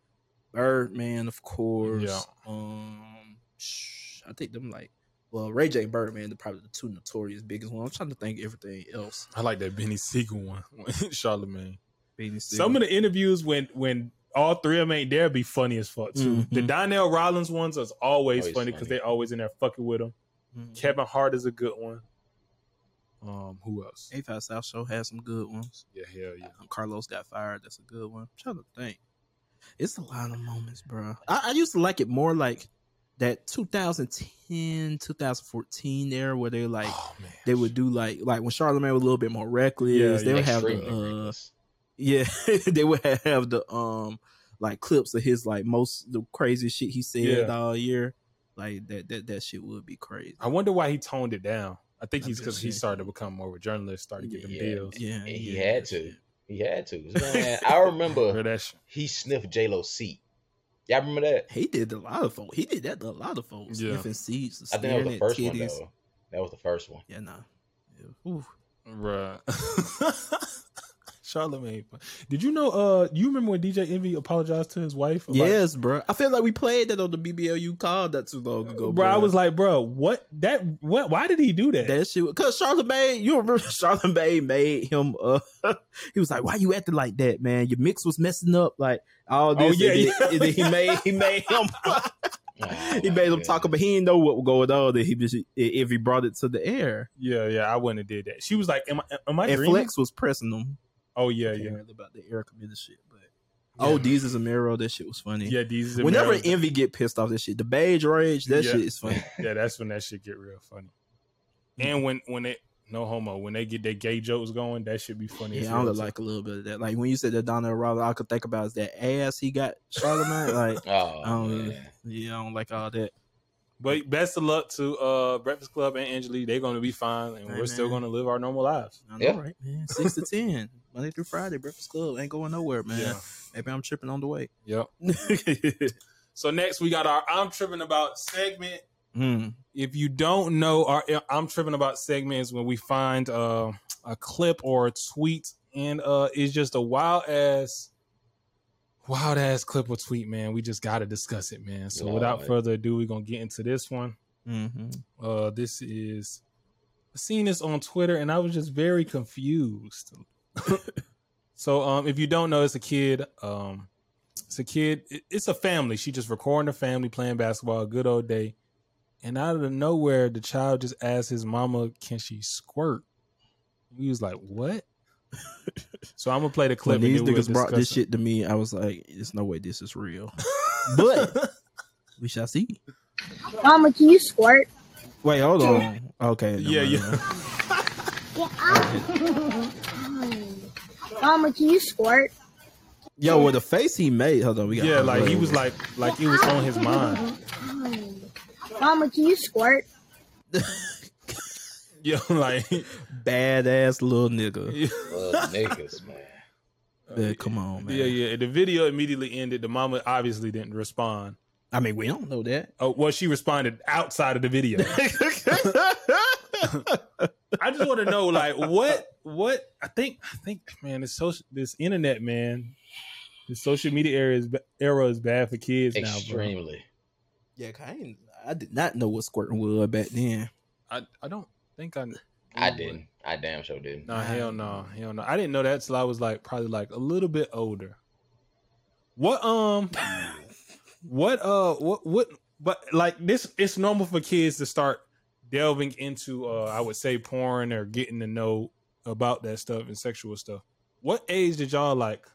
Speaker 4: Birdman, of course.
Speaker 2: Yeah.
Speaker 4: Um, sh- I think them like well, Ray J and Birdman, they're probably the two notorious biggest ones. I'm trying to think everything else.
Speaker 2: I like that Benny Siegel one, [laughs] Charlemagne.
Speaker 4: Beanie
Speaker 2: Some of the interviews when when all three of them ain't there be funny as fuck too. The
Speaker 4: Mhm.
Speaker 2: Donnell Rollins ones is always,
Speaker 3: Always
Speaker 2: funny because
Speaker 3: funny.
Speaker 2: they always in there fucking with them.
Speaker 4: Mm.
Speaker 2: Kevin Hart is a good one. Um, who else?
Speaker 4: A Five South Show had some good ones.
Speaker 2: Yeah, hell yeah.
Speaker 4: Um, Carlos got fired. That's a good one. I'm trying to think. It's a lot of moments, bro. I, I used to like it more like that 2010, 2014 era where they like
Speaker 2: oh man,
Speaker 4: they would do like like when Charlamagne was a little bit more reckless.
Speaker 2: Yeah,
Speaker 4: they
Speaker 2: yeah.
Speaker 4: would have
Speaker 3: Extremely
Speaker 4: the uh,
Speaker 3: reckless.
Speaker 4: yeah, [laughs] they would have the um like clips of his like most the crazy shit he said
Speaker 2: Yeah.
Speaker 4: all year. Like that that that shit would be crazy.
Speaker 2: I wonder why he toned it down. I think
Speaker 4: I
Speaker 2: he's because he
Speaker 4: bet.
Speaker 2: started to become more of a journalist, started getting
Speaker 3: Yeah.
Speaker 2: deals.
Speaker 4: Yeah,
Speaker 3: And he
Speaker 4: yeah,
Speaker 3: had
Speaker 4: that
Speaker 3: to.
Speaker 4: shit.
Speaker 3: He had to. Man, I
Speaker 4: [laughs]
Speaker 3: remember
Speaker 2: Bro, that shit-
Speaker 3: he sniffed J Lo's seat. Y'all remember that?
Speaker 4: He did a lot of folks. He did that to a lot of folks.
Speaker 2: Yeah.
Speaker 4: Sniffing seeds,
Speaker 3: I think that was
Speaker 4: staring
Speaker 3: the
Speaker 4: at
Speaker 3: first one
Speaker 4: titties.
Speaker 3: though. That was the first
Speaker 4: [laughs]
Speaker 3: one.
Speaker 4: Yeah, nah. Yeah. Oof.
Speaker 2: [laughs] Bruh. Charlemagne. Did you know? Uh, you remember when DJ Envy apologized to his wife? about-
Speaker 4: Yes, bro. I feel like we played that on the BBLU call not too long ago,
Speaker 2: bro. I was like, bro, what? That what? Why did he do that?
Speaker 4: that shit because Charlemagne, you remember [laughs] Charlemagne made him. Uh, [laughs] he was like, "Why you acting like that, man? Your mix was messing up, like all
Speaker 2: Oh,
Speaker 4: this."
Speaker 2: yeah,
Speaker 4: and,
Speaker 2: yeah.
Speaker 4: Then, and then he made he made
Speaker 2: [laughs]
Speaker 4: him
Speaker 3: Oh,
Speaker 4: [laughs] he
Speaker 3: my
Speaker 4: made him
Speaker 3: goodness.
Speaker 4: talk about he didn't know what was going on. That he just if he brought it to the air,
Speaker 2: Yeah, yeah, I wouldn't have did that. She was like, "Am I? Am I
Speaker 4: and
Speaker 2: dreaming?"
Speaker 4: Flex was pressing him.
Speaker 2: Oh yeah, yeah,
Speaker 4: apparently, about the Erica Mendez shit, but oh, these is a mirror. That shit was funny.
Speaker 2: yeah. These are
Speaker 4: Whenever
Speaker 2: America.
Speaker 4: envy get pissed off, that shit, the beige rage, that
Speaker 2: Yeah.
Speaker 4: shit is
Speaker 2: [laughs]
Speaker 4: funny.
Speaker 2: yeah, that's when that shit get real funny. And when when it no homo when they get their gay jokes going, that should be funny. as
Speaker 4: Yeah, I
Speaker 2: hell,
Speaker 4: only
Speaker 2: too.
Speaker 4: like a little bit of that. Like when you said that Donnell Rollins, all I could think about is that ass he got Charlemagne. like,
Speaker 3: Oh,
Speaker 4: I don't really-
Speaker 3: man.
Speaker 4: yeah, I don't like all that.
Speaker 2: But best of luck to uh Breakfast Club and Angelique. They're gonna be fine, and
Speaker 4: Hey,
Speaker 2: we're still
Speaker 4: man.
Speaker 2: gonna live our normal lives.
Speaker 4: I know,
Speaker 3: Yeah.
Speaker 4: right, man? Six to ten, Monday through Friday, Breakfast Club ain't going nowhere, man.
Speaker 2: Yeah.
Speaker 4: Maybe I'm tripping on the way.
Speaker 2: Yep. So next we got our I'm tripping about segment.
Speaker 4: Mm.
Speaker 2: if you don't know our uh, i'm tripping about segments when we find uh, a clip or a tweet and uh it's just a wild ass wild ass clip or tweet man we just gotta discuss it man so without
Speaker 3: Lord.
Speaker 2: further ado we're gonna get into this one
Speaker 4: hmm
Speaker 2: uh this is I seen this on twitter and i was just very confused [coughs] so um if you don't know it's a kid um it's a kid it- it's a family she just recording her family playing basketball a good old day and out of nowhere the child just asked his mama can she squirt we was like
Speaker 4: [laughs]
Speaker 2: what so i'm gonna play the clip
Speaker 4: When these
Speaker 2: and then we'll
Speaker 4: niggas brought this
Speaker 2: discuss it.
Speaker 4: shit to me, I was like, "There's no way this is real."
Speaker 2: [laughs]
Speaker 4: but [laughs] we shall see.
Speaker 6: Mama, can you squirt?
Speaker 4: Wait, hold on. Okay.
Speaker 2: yeah
Speaker 4: never mind.
Speaker 2: yeah
Speaker 6: Yeah. Mama, can you squirt?
Speaker 4: Yo, with the face he made. Hold on, we got.
Speaker 2: yeah like he was like like it was on his mind [laughs]
Speaker 6: Mama, can you squirt?
Speaker 2: yeah like [laughs]
Speaker 4: badass little nigga. [laughs]
Speaker 3: Well, niggas, man.
Speaker 4: Man, come on, man.
Speaker 2: Yeah, yeah. The video immediately ended. The mama obviously didn't respond.
Speaker 4: I mean, we don't know that.
Speaker 2: Oh, well, she responded outside of the video.
Speaker 3: [laughs]
Speaker 2: [laughs] I just want to know, like, what, what? I think, I think, man, this social, this internet, man, this social media era is ba- era is bad for kids now, bro.
Speaker 3: Extremely.
Speaker 4: yeah, 'cause I, ain't, I did not know what squirting was back then.
Speaker 2: I, I don't think I.
Speaker 3: I didn't. I damn sure didn't.
Speaker 2: No, hell no, hell no. I didn't know that till I was like probably like a little bit older. What um, what uh, what what? But like this, it's normal for kids to start delving into uh, I would say porn or getting to know about that stuff and sexual stuff. What age did y'all like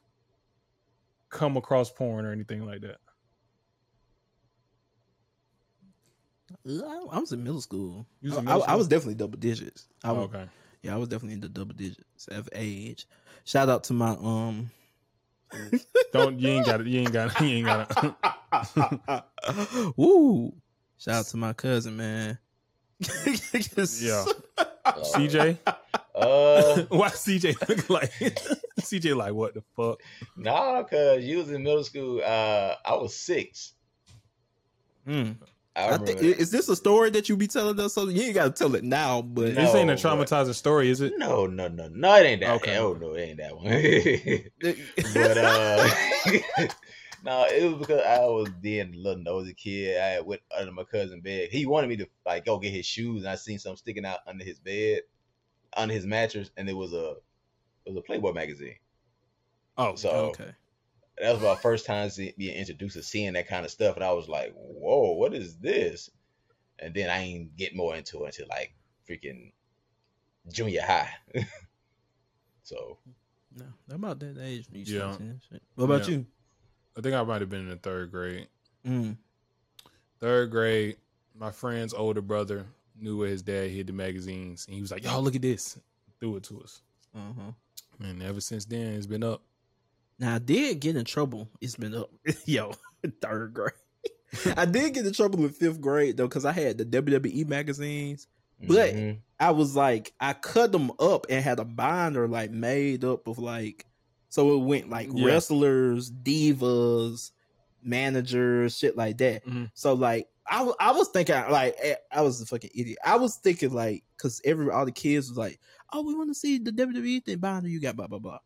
Speaker 2: come across porn or anything like that?
Speaker 4: Uh, I was in middle school.
Speaker 2: You was
Speaker 4: I,
Speaker 2: in middle
Speaker 4: I- I
Speaker 2: school? Oh,
Speaker 4: was definitely double digits. I was,
Speaker 2: okay,
Speaker 4: Yeah, I was definitely into double digits of age. Shout out to my um. [gasps]
Speaker 2: don't you ain't got it. You ain't got it. You ain't got [laughs] it.
Speaker 4: Woo! Shout out to my cousin, man. [laughs]
Speaker 2: Yeah.
Speaker 3: Uh,
Speaker 2: CJ,
Speaker 4: [laughs]
Speaker 3: Uh,
Speaker 2: why CJ look like CJ? Like what the fuck?
Speaker 3: nah, cause you was in middle school. Uh, I was six.
Speaker 4: Mm.
Speaker 3: I,
Speaker 4: I
Speaker 3: remember.
Speaker 4: think is this a story that you be telling us? Something you ain't gotta tell it now, but [laughs]
Speaker 3: No.
Speaker 2: this ain't a
Speaker 3: but-
Speaker 2: traumatizing story, is it?
Speaker 3: no, no, no, no. It ain't that.
Speaker 2: Okay.
Speaker 3: Oh no, it ain't that one. [laughs] but [laughs]
Speaker 4: [laughs]
Speaker 3: uh no it was because i was being a little nosy kid i had went under my cousin's bed he wanted me to like go get his shoes and i seen something sticking out under his bed under his mattress and it was a it was a playboy magazine
Speaker 2: Oh,
Speaker 3: so
Speaker 4: okay.
Speaker 3: that was my first time see, being introduced to seeing that kind of stuff and i was like whoa what is this and then i ain't get more into it until like freaking junior high [laughs] so
Speaker 4: No, I'm about that age. When you
Speaker 2: Yeah.
Speaker 4: yeah. What about
Speaker 2: Yeah.
Speaker 4: you?
Speaker 2: I think I might have been in the third grade.
Speaker 4: Mm.
Speaker 2: Third grade, my friend's older brother knew where his dad hid the magazines, and he was like, "Y'all look at this." Threw it to us,
Speaker 4: Uh-huh.
Speaker 2: and ever since then, it's been up.
Speaker 4: Now I did get in trouble. It's been up, [laughs] yo, third grade. [laughs] I did get in trouble in fifth grade though, because I had the WWE magazines. But-
Speaker 3: mhm.
Speaker 4: I was like, I cut them up and had a binder like made up of like, so it went like
Speaker 2: Yeah.
Speaker 4: wrestlers, divas, managers, shit like that.
Speaker 2: Mhm.
Speaker 4: So like, I, wa- I was thinking like eh, I was a fucking idiot. I was thinking like because every all the kids was like, oh, we want to see the WWE thing binder you got, blah blah blah.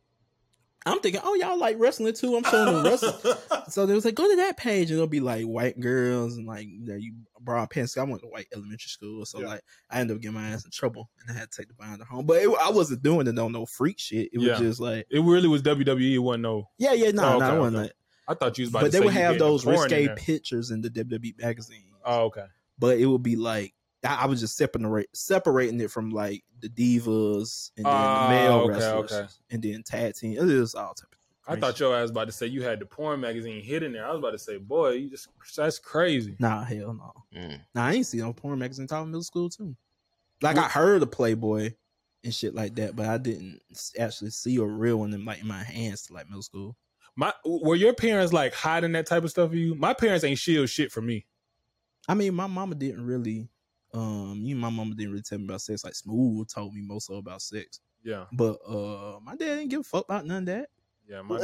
Speaker 4: I'm thinking, oh, y'all like wrestling too. I'm showing them wrestling.
Speaker 2: [laughs]
Speaker 4: So they was like, go to that page and it'll be like white girls and like you know, you broad pants. I went to white elementary school, so
Speaker 2: Yeah.
Speaker 4: like I ended up getting my ass in trouble and I had to take the binder home. But it, I wasn't doing it on no freak shit. It was
Speaker 2: Yeah.
Speaker 4: just like,
Speaker 2: It really was WWE. It wasn't no.
Speaker 4: yeah, yeah, no,
Speaker 2: Oh, okay,
Speaker 4: no, I wasn't.
Speaker 2: okay.
Speaker 4: Like,
Speaker 2: I thought you was about.
Speaker 4: but
Speaker 2: to
Speaker 4: they
Speaker 2: say
Speaker 4: would
Speaker 2: you
Speaker 4: have
Speaker 2: getting the
Speaker 4: those
Speaker 2: porn in
Speaker 4: risque
Speaker 2: there.
Speaker 4: pictures in the WWE magazine.
Speaker 2: Oh, okay.
Speaker 4: But it would be like I, I was just separating separating it from like the divas and then
Speaker 2: Ah,
Speaker 4: the male
Speaker 2: okay,
Speaker 4: wrestlers
Speaker 2: okay.
Speaker 4: and then tag team. It was all type. Of
Speaker 2: I thought your ass about to say you had the porn magazine hidden there. I was about to say, boy, you just that's crazy.
Speaker 4: Nah, hell no.
Speaker 3: Mm.
Speaker 4: Nah, I ain't see no porn magazine until I was in middle school too. Like I heard of Playboy and shit like that, but I didn't s- actually see a real one in like in my hands till like middle school.
Speaker 2: My were your parents like hiding that type of stuff for you? My parents ain't shield shit for me.
Speaker 4: I mean, my mama didn't really, um, you, and my mama didn't really tell me about sex. Like Smooth told me most of about sex,
Speaker 2: Yeah,
Speaker 4: but uh, my dad didn't give a fuck about none of that.
Speaker 2: yeah.
Speaker 4: [laughs]
Speaker 2: My,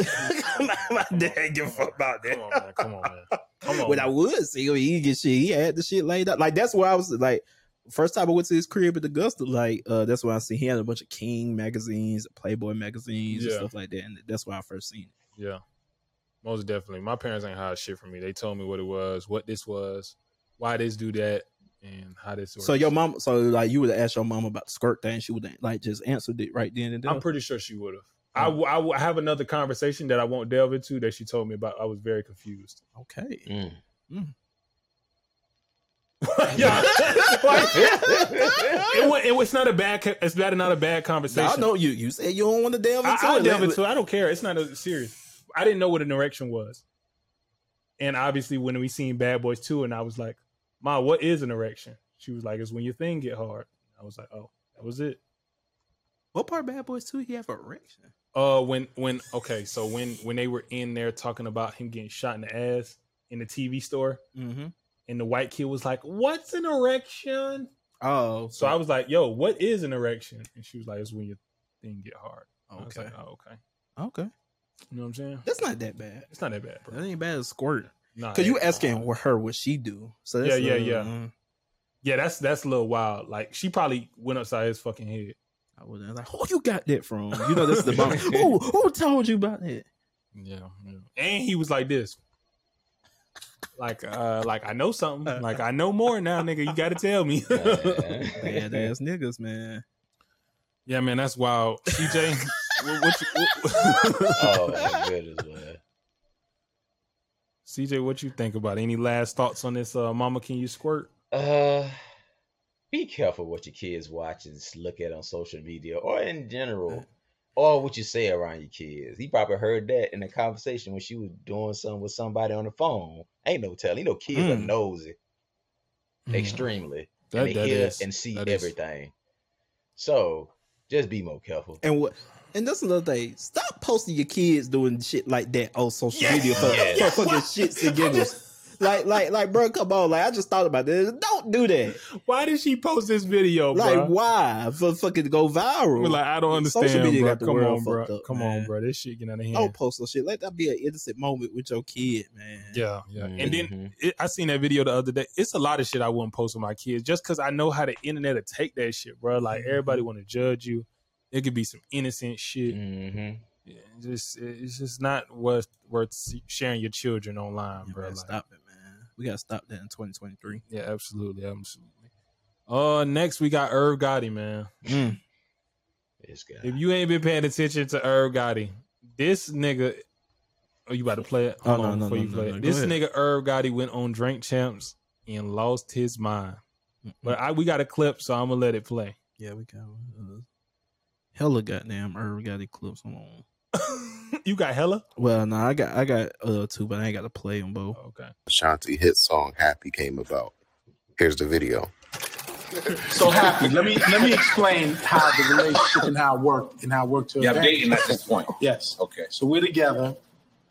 Speaker 4: my, my [laughs] dad didn't give a fuck about that.
Speaker 2: Come on, man. Come on, man. Come on,
Speaker 4: when
Speaker 2: man.
Speaker 4: I would see him, he get shit. He had the shit laid out. Like that's where I was like, first time I went to his crib at Augusta, like uh, that's where I see he had a bunch of King magazines, Playboy magazines,
Speaker 2: Yeah.
Speaker 4: and stuff like that. And that's why I first seen it.
Speaker 2: Yeah, most definitely. My parents ain't hide shit from me. They told me what it was, what this was, why this do that, and how this. Works.
Speaker 4: So your mom, so like you would have asked your mom about the skirt thing, she would have like just answered it right then and there.
Speaker 2: I'm pretty sure she would have. I,
Speaker 4: Oh.
Speaker 2: w- I w- I have another conversation that I won't delve into that she told me about. I was very
Speaker 4: [laughs]
Speaker 2: confused. [laughs]
Speaker 4: okay.
Speaker 3: Mm.
Speaker 2: yeah, it, wa- it, was not a bad. co- It's not not a bad conversation.
Speaker 4: I know you. You said you don't want to delve
Speaker 2: I,
Speaker 4: into
Speaker 2: I'll
Speaker 4: it.
Speaker 2: delve into. it. I don't care. It's not a serious. I didn't know what an erection was, and obviously when we seen Bad Boys Two, and I was like, "Ma, what is an erection?" She was like, "It's when your thing get hard." I was like, "Oh, that was it."
Speaker 4: What part of Bad Boys Two? He have an erection.
Speaker 2: Uh, when when okay, so when when they were in there talking about him getting shot in the ass in the TV store,
Speaker 4: Mm-hmm.
Speaker 2: and the white kid was like, "What's an erection?"
Speaker 4: Oh,
Speaker 2: So I was like, "Yo, what is an erection?" And she was like, "It's when your thing get hard." I was
Speaker 4: okay,
Speaker 2: like, "Oh, okay."
Speaker 4: okay.
Speaker 2: You know what I'm saying?
Speaker 4: That's not that bad.
Speaker 2: It's not that bad, bro.
Speaker 4: That ain't bad as squirt.
Speaker 2: Nah,
Speaker 4: Cause you
Speaker 2: yeah.
Speaker 4: asking wh- her what she do. So that's
Speaker 2: uh, Yeah, yeah,
Speaker 4: uh,
Speaker 2: yeah.
Speaker 4: mm,
Speaker 2: Yeah, that's that's a little wild. Like she probably went upside his fucking head.
Speaker 4: I was like, who you got that from? You know, that's the [laughs] bomb. who who told you about that?
Speaker 2: Yeah, yeah. And he was like this. Like uh like I know
Speaker 4: [laughs]
Speaker 2: something. Like I know more now, nigga. You gotta tell me.
Speaker 4: Bad ass niggas, man.
Speaker 2: [laughs] yeah, man, that's wild. CJ, [laughs] what, what you, [laughs] what-
Speaker 3: oh [laughs] my goodness, man.
Speaker 2: CJ, what you think about it? any last thoughts on this uh mama can you squirt?
Speaker 3: Uh, be careful what your kids watch and s- look at on social media or in general, or what you say around your kids. He probably heard that in a conversation when she was doing something with somebody on the phone. Ain't no telling. You know, kids are
Speaker 2: Mm.
Speaker 3: nosy,
Speaker 4: Mm.
Speaker 3: extremely,
Speaker 2: That-
Speaker 3: and they
Speaker 2: that
Speaker 3: hear
Speaker 2: is-
Speaker 3: and see
Speaker 2: that is-
Speaker 3: everything. So just be more careful.
Speaker 4: And what? And that's another thing. Stop posting your kids doing shit like that on social media for,
Speaker 3: Yes.
Speaker 4: for fucking shits and giggles. like, like, like, bro, come on. Like, I just thought about this. Don't do that.
Speaker 2: [laughs] Why did she post this video,
Speaker 4: like,
Speaker 2: bro?
Speaker 4: why? For fucking to go viral.
Speaker 2: Like I don't
Speaker 4: Social
Speaker 2: understand.
Speaker 4: media
Speaker 2: bro.
Speaker 4: got the
Speaker 2: Come
Speaker 4: world
Speaker 2: on, bro.
Speaker 4: fucked up,
Speaker 2: Come
Speaker 4: man.
Speaker 2: on, bro. This shit getting out of hand.
Speaker 4: don't post no shit. Let that be an innocent moment with your kid, man.
Speaker 2: Yeah, yeah. And then
Speaker 3: Mhm.
Speaker 2: it, I seen that video the other day. It's a lot of shit I wouldn't post with my kids just because I know how the internet will take that shit, bro. Like everybody want to judge you. It could be some innocent shit.
Speaker 3: hmm
Speaker 2: Yeah, Just it's just not worth worth se- sharing your children online,
Speaker 4: Yeah,
Speaker 2: bro.
Speaker 4: man,
Speaker 2: Like,
Speaker 4: stop it, man. We gotta stop that in 2023.
Speaker 2: Yeah, absolutely, absolutely. Uh, next we got Irv Gotti, man.
Speaker 3: Mm-hmm.
Speaker 2: Mm.
Speaker 3: This
Speaker 2: If
Speaker 3: guy.
Speaker 2: you ain't been paying attention to Irv Gotti, this nigga, oh, you about to play it?
Speaker 4: Oh,
Speaker 2: Hold
Speaker 4: no,
Speaker 2: on
Speaker 4: no,
Speaker 2: before
Speaker 4: no,
Speaker 2: you
Speaker 4: no,
Speaker 2: play
Speaker 4: no,
Speaker 2: it.
Speaker 4: go
Speaker 2: This
Speaker 4: ahead.
Speaker 2: nigga Irv Gotti went on Drink Champs and lost his mind.
Speaker 4: But
Speaker 2: But I we got a clip, so I'm gonna let it play.
Speaker 4: yeah, we got uh, hella goddamn Irv got clips on.
Speaker 2: [laughs] you got hella?
Speaker 4: Well, no, I got I got uh two, but I ain't got to play them both.
Speaker 2: Okay.
Speaker 7: Ashanti hit song Happy came about. Here's the video.
Speaker 8: So happy. Let me let me explain how the relationship and how it worked and how it worked to
Speaker 9: Yeah, I'm
Speaker 8: advantage.
Speaker 9: dating at this point.
Speaker 8: Yes.
Speaker 9: Okay.
Speaker 8: So we're together.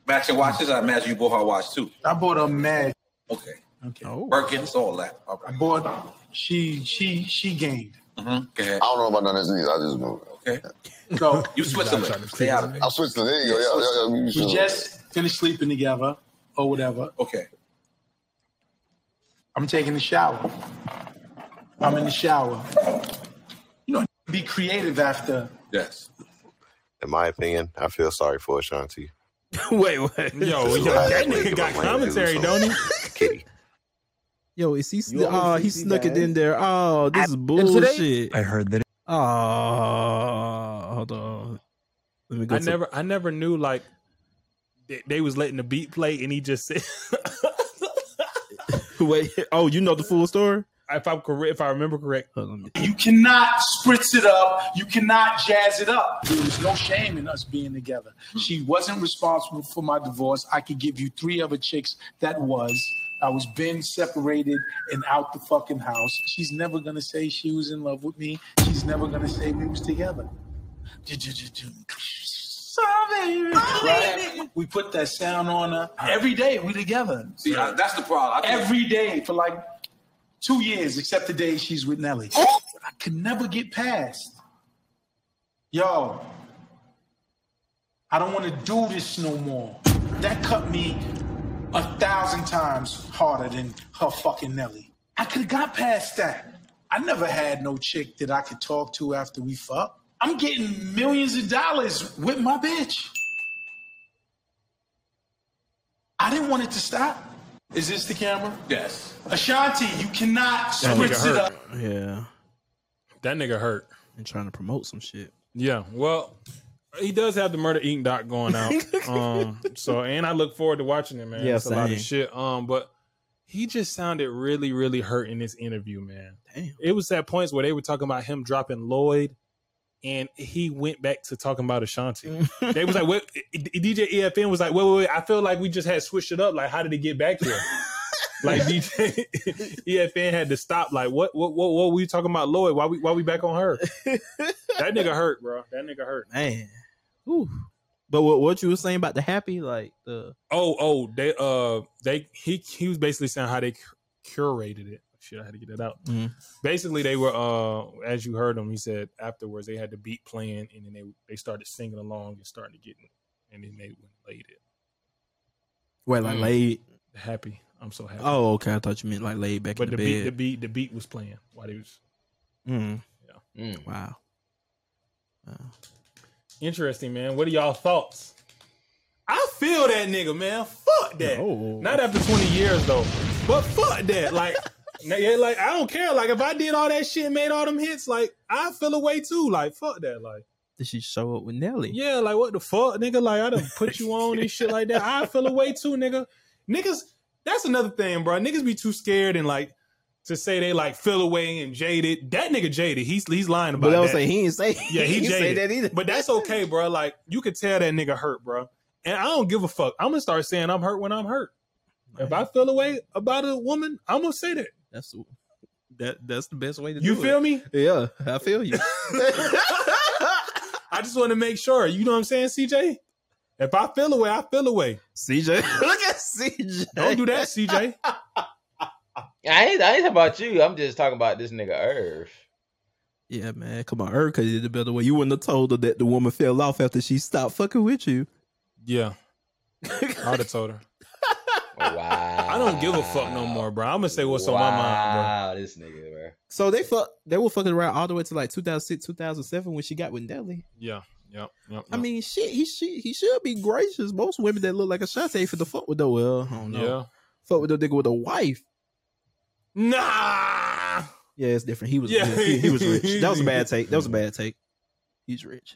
Speaker 9: Matching watches, I imagine you bought her a watch too.
Speaker 8: I bought a mag.
Speaker 9: Okay.
Speaker 8: Okay.
Speaker 4: Oh,
Speaker 9: Birkins, all that. All
Speaker 8: I
Speaker 9: right.
Speaker 8: bought. She she she gained.
Speaker 9: Mm-hmm. Go ahead.
Speaker 10: I don't know about none of this either. I just know.
Speaker 9: Okay.
Speaker 8: So
Speaker 9: You Switzerland. Stay out of it.
Speaker 10: I switched to there you go. Yeah, yeah, yeah, you
Speaker 8: we
Speaker 10: should-
Speaker 8: just finished sleeping together or whatever.
Speaker 9: Okay.
Speaker 8: I'm taking a shower. I'm in the shower. You know, be creative after.
Speaker 9: Yes.
Speaker 7: In my opinion, I feel sorry for Ashanti.
Speaker 4: [laughs] wait, wait,
Speaker 2: Yo, yo, that nigga Oh, got commentary, don't he?
Speaker 7: [laughs] Kitty.
Speaker 4: yo, is he?
Speaker 3: You
Speaker 4: Sn-
Speaker 3: always
Speaker 4: oh,
Speaker 3: see
Speaker 4: he
Speaker 3: these
Speaker 4: snuck it
Speaker 3: guys.
Speaker 4: in there. Oh, this is bullshit. I heard that. Oh, hold on. Let me go.
Speaker 2: I
Speaker 4: to- [laughs]
Speaker 2: never I never knew like they, they was letting the beat play and he just said [laughs]
Speaker 4: wait. Oh, you know the full story?
Speaker 2: if I'm correct if I remember correct.
Speaker 4: Hold on. let me-
Speaker 8: You cannot spritz it up. You cannot jazz it up. There was no shame in us being together. She wasn't responsible for my divorce. I could give you three other chicks that was. I was been separated and out the fucking house. She's never gonna say she was in love with me. She's never gonna say we was together. Right? We put that sound on her every day. We together
Speaker 9: See, I, that's the problem. I think-
Speaker 8: every day for like two years, except the day she's with Nelly. I could never get past. Yo, I don't want to do this no more. That cut me a thousand times harder than her fucking Nelly. I could have got past that. I never had no chick that I could talk to after we fuck. I'm getting millions of dollars with my bitch. I didn't want it to stop. Is this the camera?
Speaker 9: Yes.
Speaker 8: Ashanti, you cannot [laughs] spritz it up.
Speaker 4: Yeah,
Speaker 2: That nigga hurt.
Speaker 4: and trying to promote some shit.
Speaker 2: Yeah, well, he does have the murder eating doc going out.
Speaker 4: [laughs]
Speaker 2: um, so and I look forward to watching it, man.
Speaker 4: Yeah,
Speaker 2: it's a lot
Speaker 4: same.
Speaker 2: of shit. Um, but he just sounded really, really hurt in this interview, man.
Speaker 4: Damn.
Speaker 2: It was at points where they were talking about him dropping Lloyd, and he went back to talking about
Speaker 4: [laughs]
Speaker 2: Ashanti. they was like, "What?" DJ EFN was like, "Wait, wait, wait! I feel like we just had switched it up. Like, how did it get back
Speaker 4: [laughs]
Speaker 2: here?" like DJ EFN had to stop. Like, what, what, what, what were we talking about, Lloyd? Why we, why we back on her? that nigga hurt, bro. That nigga hurt.
Speaker 4: Man. Ooh. But what, what you were saying about the happy, like the
Speaker 2: Oh, oh, they uh they he he was basically saying how they cu- curated it. Shit, I had to get that out.
Speaker 4: Mhm.
Speaker 2: Basically, they were uh as you heard him, he said afterwards they had the beat playing and then they they started singing along and started getting and then they went laid it.
Speaker 4: Wait, like
Speaker 2: Mm.
Speaker 4: laid.
Speaker 2: Happy. I'm so happy.
Speaker 4: Oh, okay. I thought you meant like laid back
Speaker 2: but
Speaker 4: in the,
Speaker 2: the beat, the
Speaker 4: bed.
Speaker 2: beat, the beat was playing while they was
Speaker 4: Mm.
Speaker 2: yeah.
Speaker 4: Wow.
Speaker 2: Interesting, man. What are y'all thoughts? I feel that nigga, man. Fuck that. Not after 20 years though. But fuck that.
Speaker 4: [laughs]
Speaker 2: Like, now, yeah, like I don't care. Like if I did all that shit, made all them hits, like I feel away too. Like fuck that. Like
Speaker 4: Did she show up with Nelly?
Speaker 2: yeah, like what the fuck, nigga? Like I done put you on and shit like that. I feel away too, nigga. Niggas, that's another thing, bro. Niggas be too scared and like to say they like feel away and jaded. That nigga jaded. He's he's lying about
Speaker 4: But I
Speaker 2: that.
Speaker 4: was say he didn't say. [laughs]
Speaker 2: Yeah, he,
Speaker 4: didn't say
Speaker 2: jaded.
Speaker 4: that either.
Speaker 2: But that's okay, bro. Like you could tell that nigga hurt, bro. And I don't give a fuck. I'm gonna start saying I'm hurt when I'm hurt. If I feel away about a woman, I'm gonna say that.
Speaker 4: That's that. That's the best way to
Speaker 2: You
Speaker 4: do
Speaker 2: feel
Speaker 4: it.
Speaker 2: me?
Speaker 4: Yeah, I feel [laughs] you.
Speaker 2: I just want to make sure. You know what I'm saying, CJ? If I feel away, I feel away.
Speaker 4: CJ, [laughs] look at CJ.
Speaker 2: Don't do that, [laughs] CJ.
Speaker 3: I ain't, I ain't talking about you. I'm just talking about this nigga Irv.
Speaker 4: Yeah, man. Come on, Erica did it better way. You wouldn't have told her that the woman fell off after she stopped fucking with you.
Speaker 2: [laughs] Yeah. I would have told her.
Speaker 3: Wow.
Speaker 2: [laughs] I don't give a fuck no more, bro. I'm gonna say what's
Speaker 3: wow,
Speaker 2: on my mind,
Speaker 3: this nigga, bro.
Speaker 4: So they fuck. They were fucking around all the way to like 2006, 2007 when she got with
Speaker 2: bro.
Speaker 4: Nelly.
Speaker 2: Yeah. Yep. Yep.
Speaker 4: I
Speaker 2: yep.
Speaker 4: mean, shit. He she he should be gracious. Most women that look like a shot for the fuck with the well. I don't know.
Speaker 2: yeah.
Speaker 4: Fuck with the nigga with a wife.
Speaker 2: Nah.
Speaker 4: Yeah, it's different. He was
Speaker 2: Yeah.
Speaker 4: he, he was rich. That was a [laughs] bad take. That was a bad take. He's rich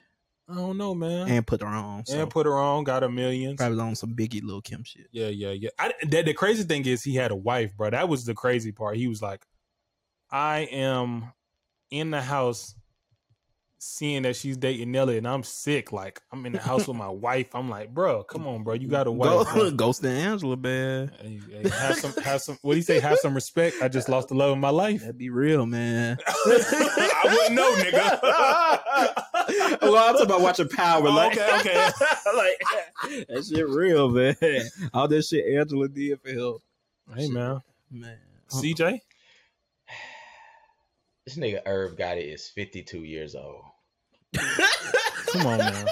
Speaker 2: I don't know, man. And,
Speaker 4: and put her on. So
Speaker 2: put her on. Got her millions.
Speaker 4: probably on some Biggie Lil Kim shit.
Speaker 2: Yeah, yeah, yeah. I, that, the crazy thing is he had a wife, bro. That was the crazy part. He was like, I am in the house seeing that she's dating Nelly and I'm sick. Like, I'm in the house with my wife. I'm like, bro, come on, bro. You got a wife.
Speaker 4: Go,
Speaker 2: [laughs] bro."
Speaker 4: [laughs] Ghost and Angela, man.
Speaker 2: Hey, hey, have some, have some, what do you say? Have some respect. I just lost the love of my life.
Speaker 4: That'd be real, man.
Speaker 2: [laughs] I wouldn't know, [laughs] nigga.
Speaker 4: [laughs] well, I'm talking about watching Power.
Speaker 2: Oh,
Speaker 4: like,
Speaker 2: okay, okay.
Speaker 4: [laughs] like that shit real, man. All that shit Angela did for him,
Speaker 2: Hey, man.
Speaker 4: man.
Speaker 2: CJ?
Speaker 3: This nigga Irv got it is 52 years old.
Speaker 2: [laughs] Come on, man.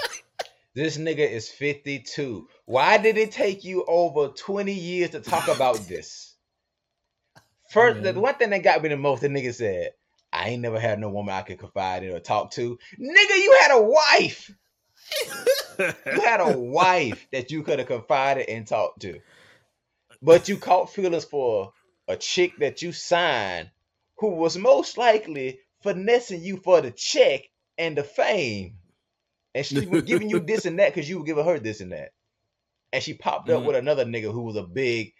Speaker 3: This nigga is 52. Why did it take you over 20 years to talk about this? First, the
Speaker 2: Man.
Speaker 3: one thing that got me the most, the nigga said, I ain't never had no woman I could confide in or talk to. Nigga, you had a wife. you
Speaker 2: [laughs]
Speaker 3: had a wife that you could have confided and talked to. But you caught feelings for a chick that you signed who was most likely finessing you for the check and the fame. And she was giving you this and that because you were giving her this and that. And she popped up
Speaker 4: Mhm.
Speaker 3: with another nigga who was a big,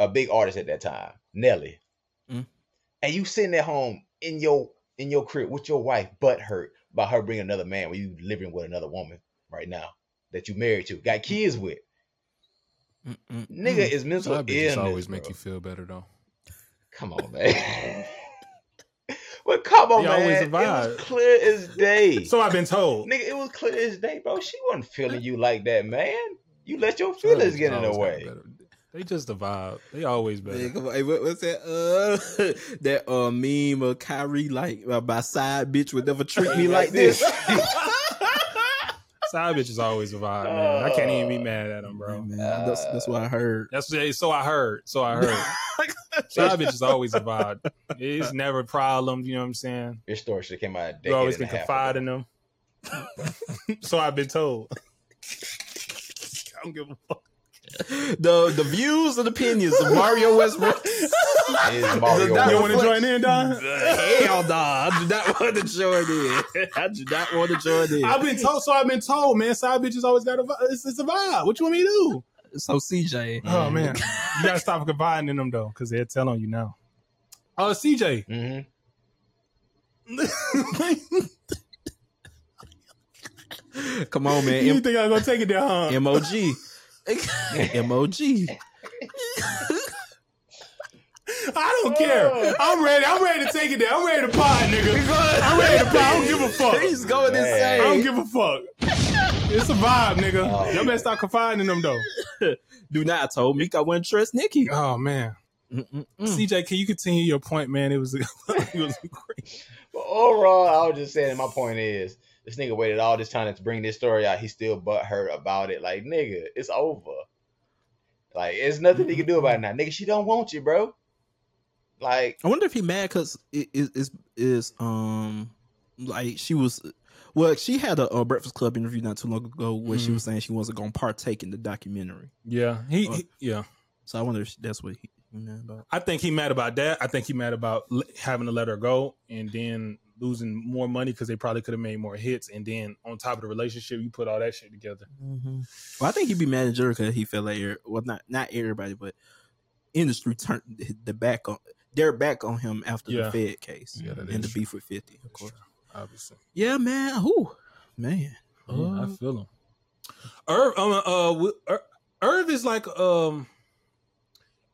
Speaker 3: a big artist at that time, Nelly.
Speaker 4: Mm.
Speaker 3: And you sitting at home in your in your crib with your wife, butt hurt by her bringing another man when you living with another woman right now that you married to, got kids with. Nigga is mental
Speaker 2: Side bitches
Speaker 3: illness.
Speaker 2: always
Speaker 3: bro.
Speaker 2: make you feel better, though.
Speaker 3: Come on, man. [laughs] well, come on,
Speaker 2: They
Speaker 3: man.
Speaker 2: always
Speaker 3: It was
Speaker 2: vibe.
Speaker 3: clear as day.
Speaker 2: So I've been told.
Speaker 3: Nigga, it was clear as day, bro. She wasn't feeling you like that, man. You let your
Speaker 2: Side
Speaker 3: feelings
Speaker 2: bitches
Speaker 3: get in the
Speaker 2: always got
Speaker 3: way.
Speaker 2: better. They just the vibe. They always better.
Speaker 4: Man, come on. Hey, what, what's that? Uh, [laughs] that uh meme of Kyrie like uh, my side bitch would never treat me like this.
Speaker 2: Side bitch is always a vibe, man. I can't even be mad at them, bro.
Speaker 4: [laughs] Man, that's that's what I heard.
Speaker 2: That's yeah, so I heard. So I [laughs] heard. Side bitch is always a vibe. It's never a problem. You know what I'm saying?
Speaker 3: Your story should have came out a decade
Speaker 2: You always
Speaker 3: and a
Speaker 2: can
Speaker 3: half
Speaker 2: confide
Speaker 3: ago.
Speaker 2: in them. [laughs] so I've been told. I don't give a fuck.
Speaker 4: the the views and opinions of Mario Westbrook.
Speaker 3: Is Mario
Speaker 4: That
Speaker 2: You
Speaker 3: Westbrook-
Speaker 2: want to
Speaker 4: was-
Speaker 2: join in, Don?
Speaker 4: Hell oh, nah, I do not [laughs] want to join in. I do not want to join in.
Speaker 2: I've been told. So I've been told, man. Side bitches always got a vibe. It's, it's a vibe. What you want me to do?
Speaker 4: so CJ,
Speaker 2: Oh man, you gotta stop confiding in them though, because they're telling you now. Oh, CJ.
Speaker 3: Mhm.
Speaker 4: come on, man.
Speaker 2: [laughs] you
Speaker 4: M-
Speaker 2: think I'm gonna take it there, huh?
Speaker 4: M-O-G. M-O-G.
Speaker 2: I don't care. I'm ready. I'm ready to take it there. I'm ready to pod, nigga. I'm ready to pod. I don't give a fuck.
Speaker 4: He's going
Speaker 2: I don't
Speaker 4: insane.
Speaker 2: give a fuck. It's a vibe, nigga. Y'all better stop confiding in them though.
Speaker 4: [laughs] Do not. I told Meek I wouldn't trust Nikki.
Speaker 2: Oh man, CJ, can you continue [laughs] your point, man? It was, it was great.
Speaker 3: But overall, I was just saying my point is This nigga waited all this time to bring this story out. He still butthurt about it. Like, nigga, it's over. Like, it's nothing he can do about it now. Nigga, she don't want you, bro. Like,
Speaker 4: I wonder if he mad because it is is is um like she was well she had a, a Breakfast Club interview not too long ago where she
Speaker 2: Mhm.
Speaker 4: was saying she wasn't going to partake in the documentary.
Speaker 2: Yeah, he,
Speaker 4: Uh,
Speaker 2: he- yeah.
Speaker 4: So I wonder if that's what he he mad about.
Speaker 2: I think he mad about that. I think he mad about l- having to let her go and then losing more money because they probably could have made more hits. And then on top of the relationship, you put all that shit together.
Speaker 4: Mm-hmm. Well, I think he'd be mad at Jericho if he felt like er- well not not everybody but industry turned the back on their back on him after
Speaker 2: Yeah.
Speaker 4: the Fed case
Speaker 2: Yeah, that
Speaker 4: and the
Speaker 2: is
Speaker 4: beef with Fifty of course.
Speaker 2: Obviously,
Speaker 4: Yeah, man. Who man.
Speaker 2: Man, I
Speaker 4: Oh.
Speaker 2: feel him. Irv, um, uh, w- Ir- Irv is like um,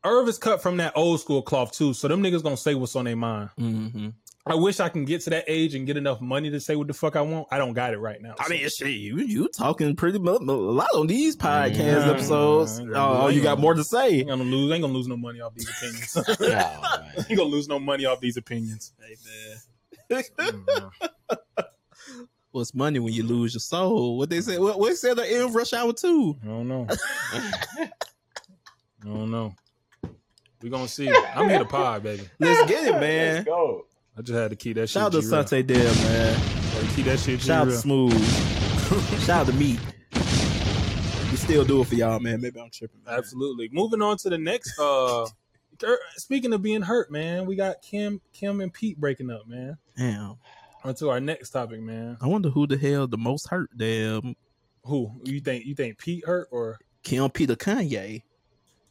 Speaker 2: Irv is cut from that old school cloth too. So them niggas gonna say what's on their mind.
Speaker 4: Mm-hmm.
Speaker 2: I wish I can get to that age and get enough money to say what the fuck I want. I don't got it right now.
Speaker 4: I
Speaker 2: so-
Speaker 4: mean, shit, you you talking pretty much a lot on these podcast
Speaker 2: Yeah.
Speaker 4: episodes.
Speaker 2: I ain't gonna
Speaker 4: Oh,
Speaker 2: lose-
Speaker 4: you got more to say.
Speaker 2: Ain't gonna lose. Ain't gonna lose no money off these opinions.
Speaker 4: [laughs]
Speaker 2: ain't
Speaker 3: [laughs]
Speaker 2: gonna lose no money off these opinions.
Speaker 4: [laughs] What's money when you lose your soul? What they say? What what they said the end of Rush Hour Two?
Speaker 2: I don't know. I don't know. We gonna see. I'm here to pod, baby. [laughs]
Speaker 4: Let's get it, man.
Speaker 3: go.
Speaker 2: I just had to keep that
Speaker 4: Shout out to
Speaker 2: shit. G-real.
Speaker 4: Sante Dale, man.
Speaker 2: Had to Keep that shit.
Speaker 4: Shout out to
Speaker 2: G-real.
Speaker 4: Smooth.
Speaker 2: [laughs]
Speaker 4: Shout out to Meat. We still do it for y'all, man. Maybe I'm tripping.
Speaker 2: Absolutely. Moving on to the next. Uh, er, speaking of being hurt, man, we got Kim, Kim and Pete breaking up, man.
Speaker 4: Damn.
Speaker 2: On to our next topic, man.
Speaker 4: I wonder who the hell the most hurt. Damn.
Speaker 2: Who you think you think Pete hurt or?
Speaker 4: Kim Peter Kanye.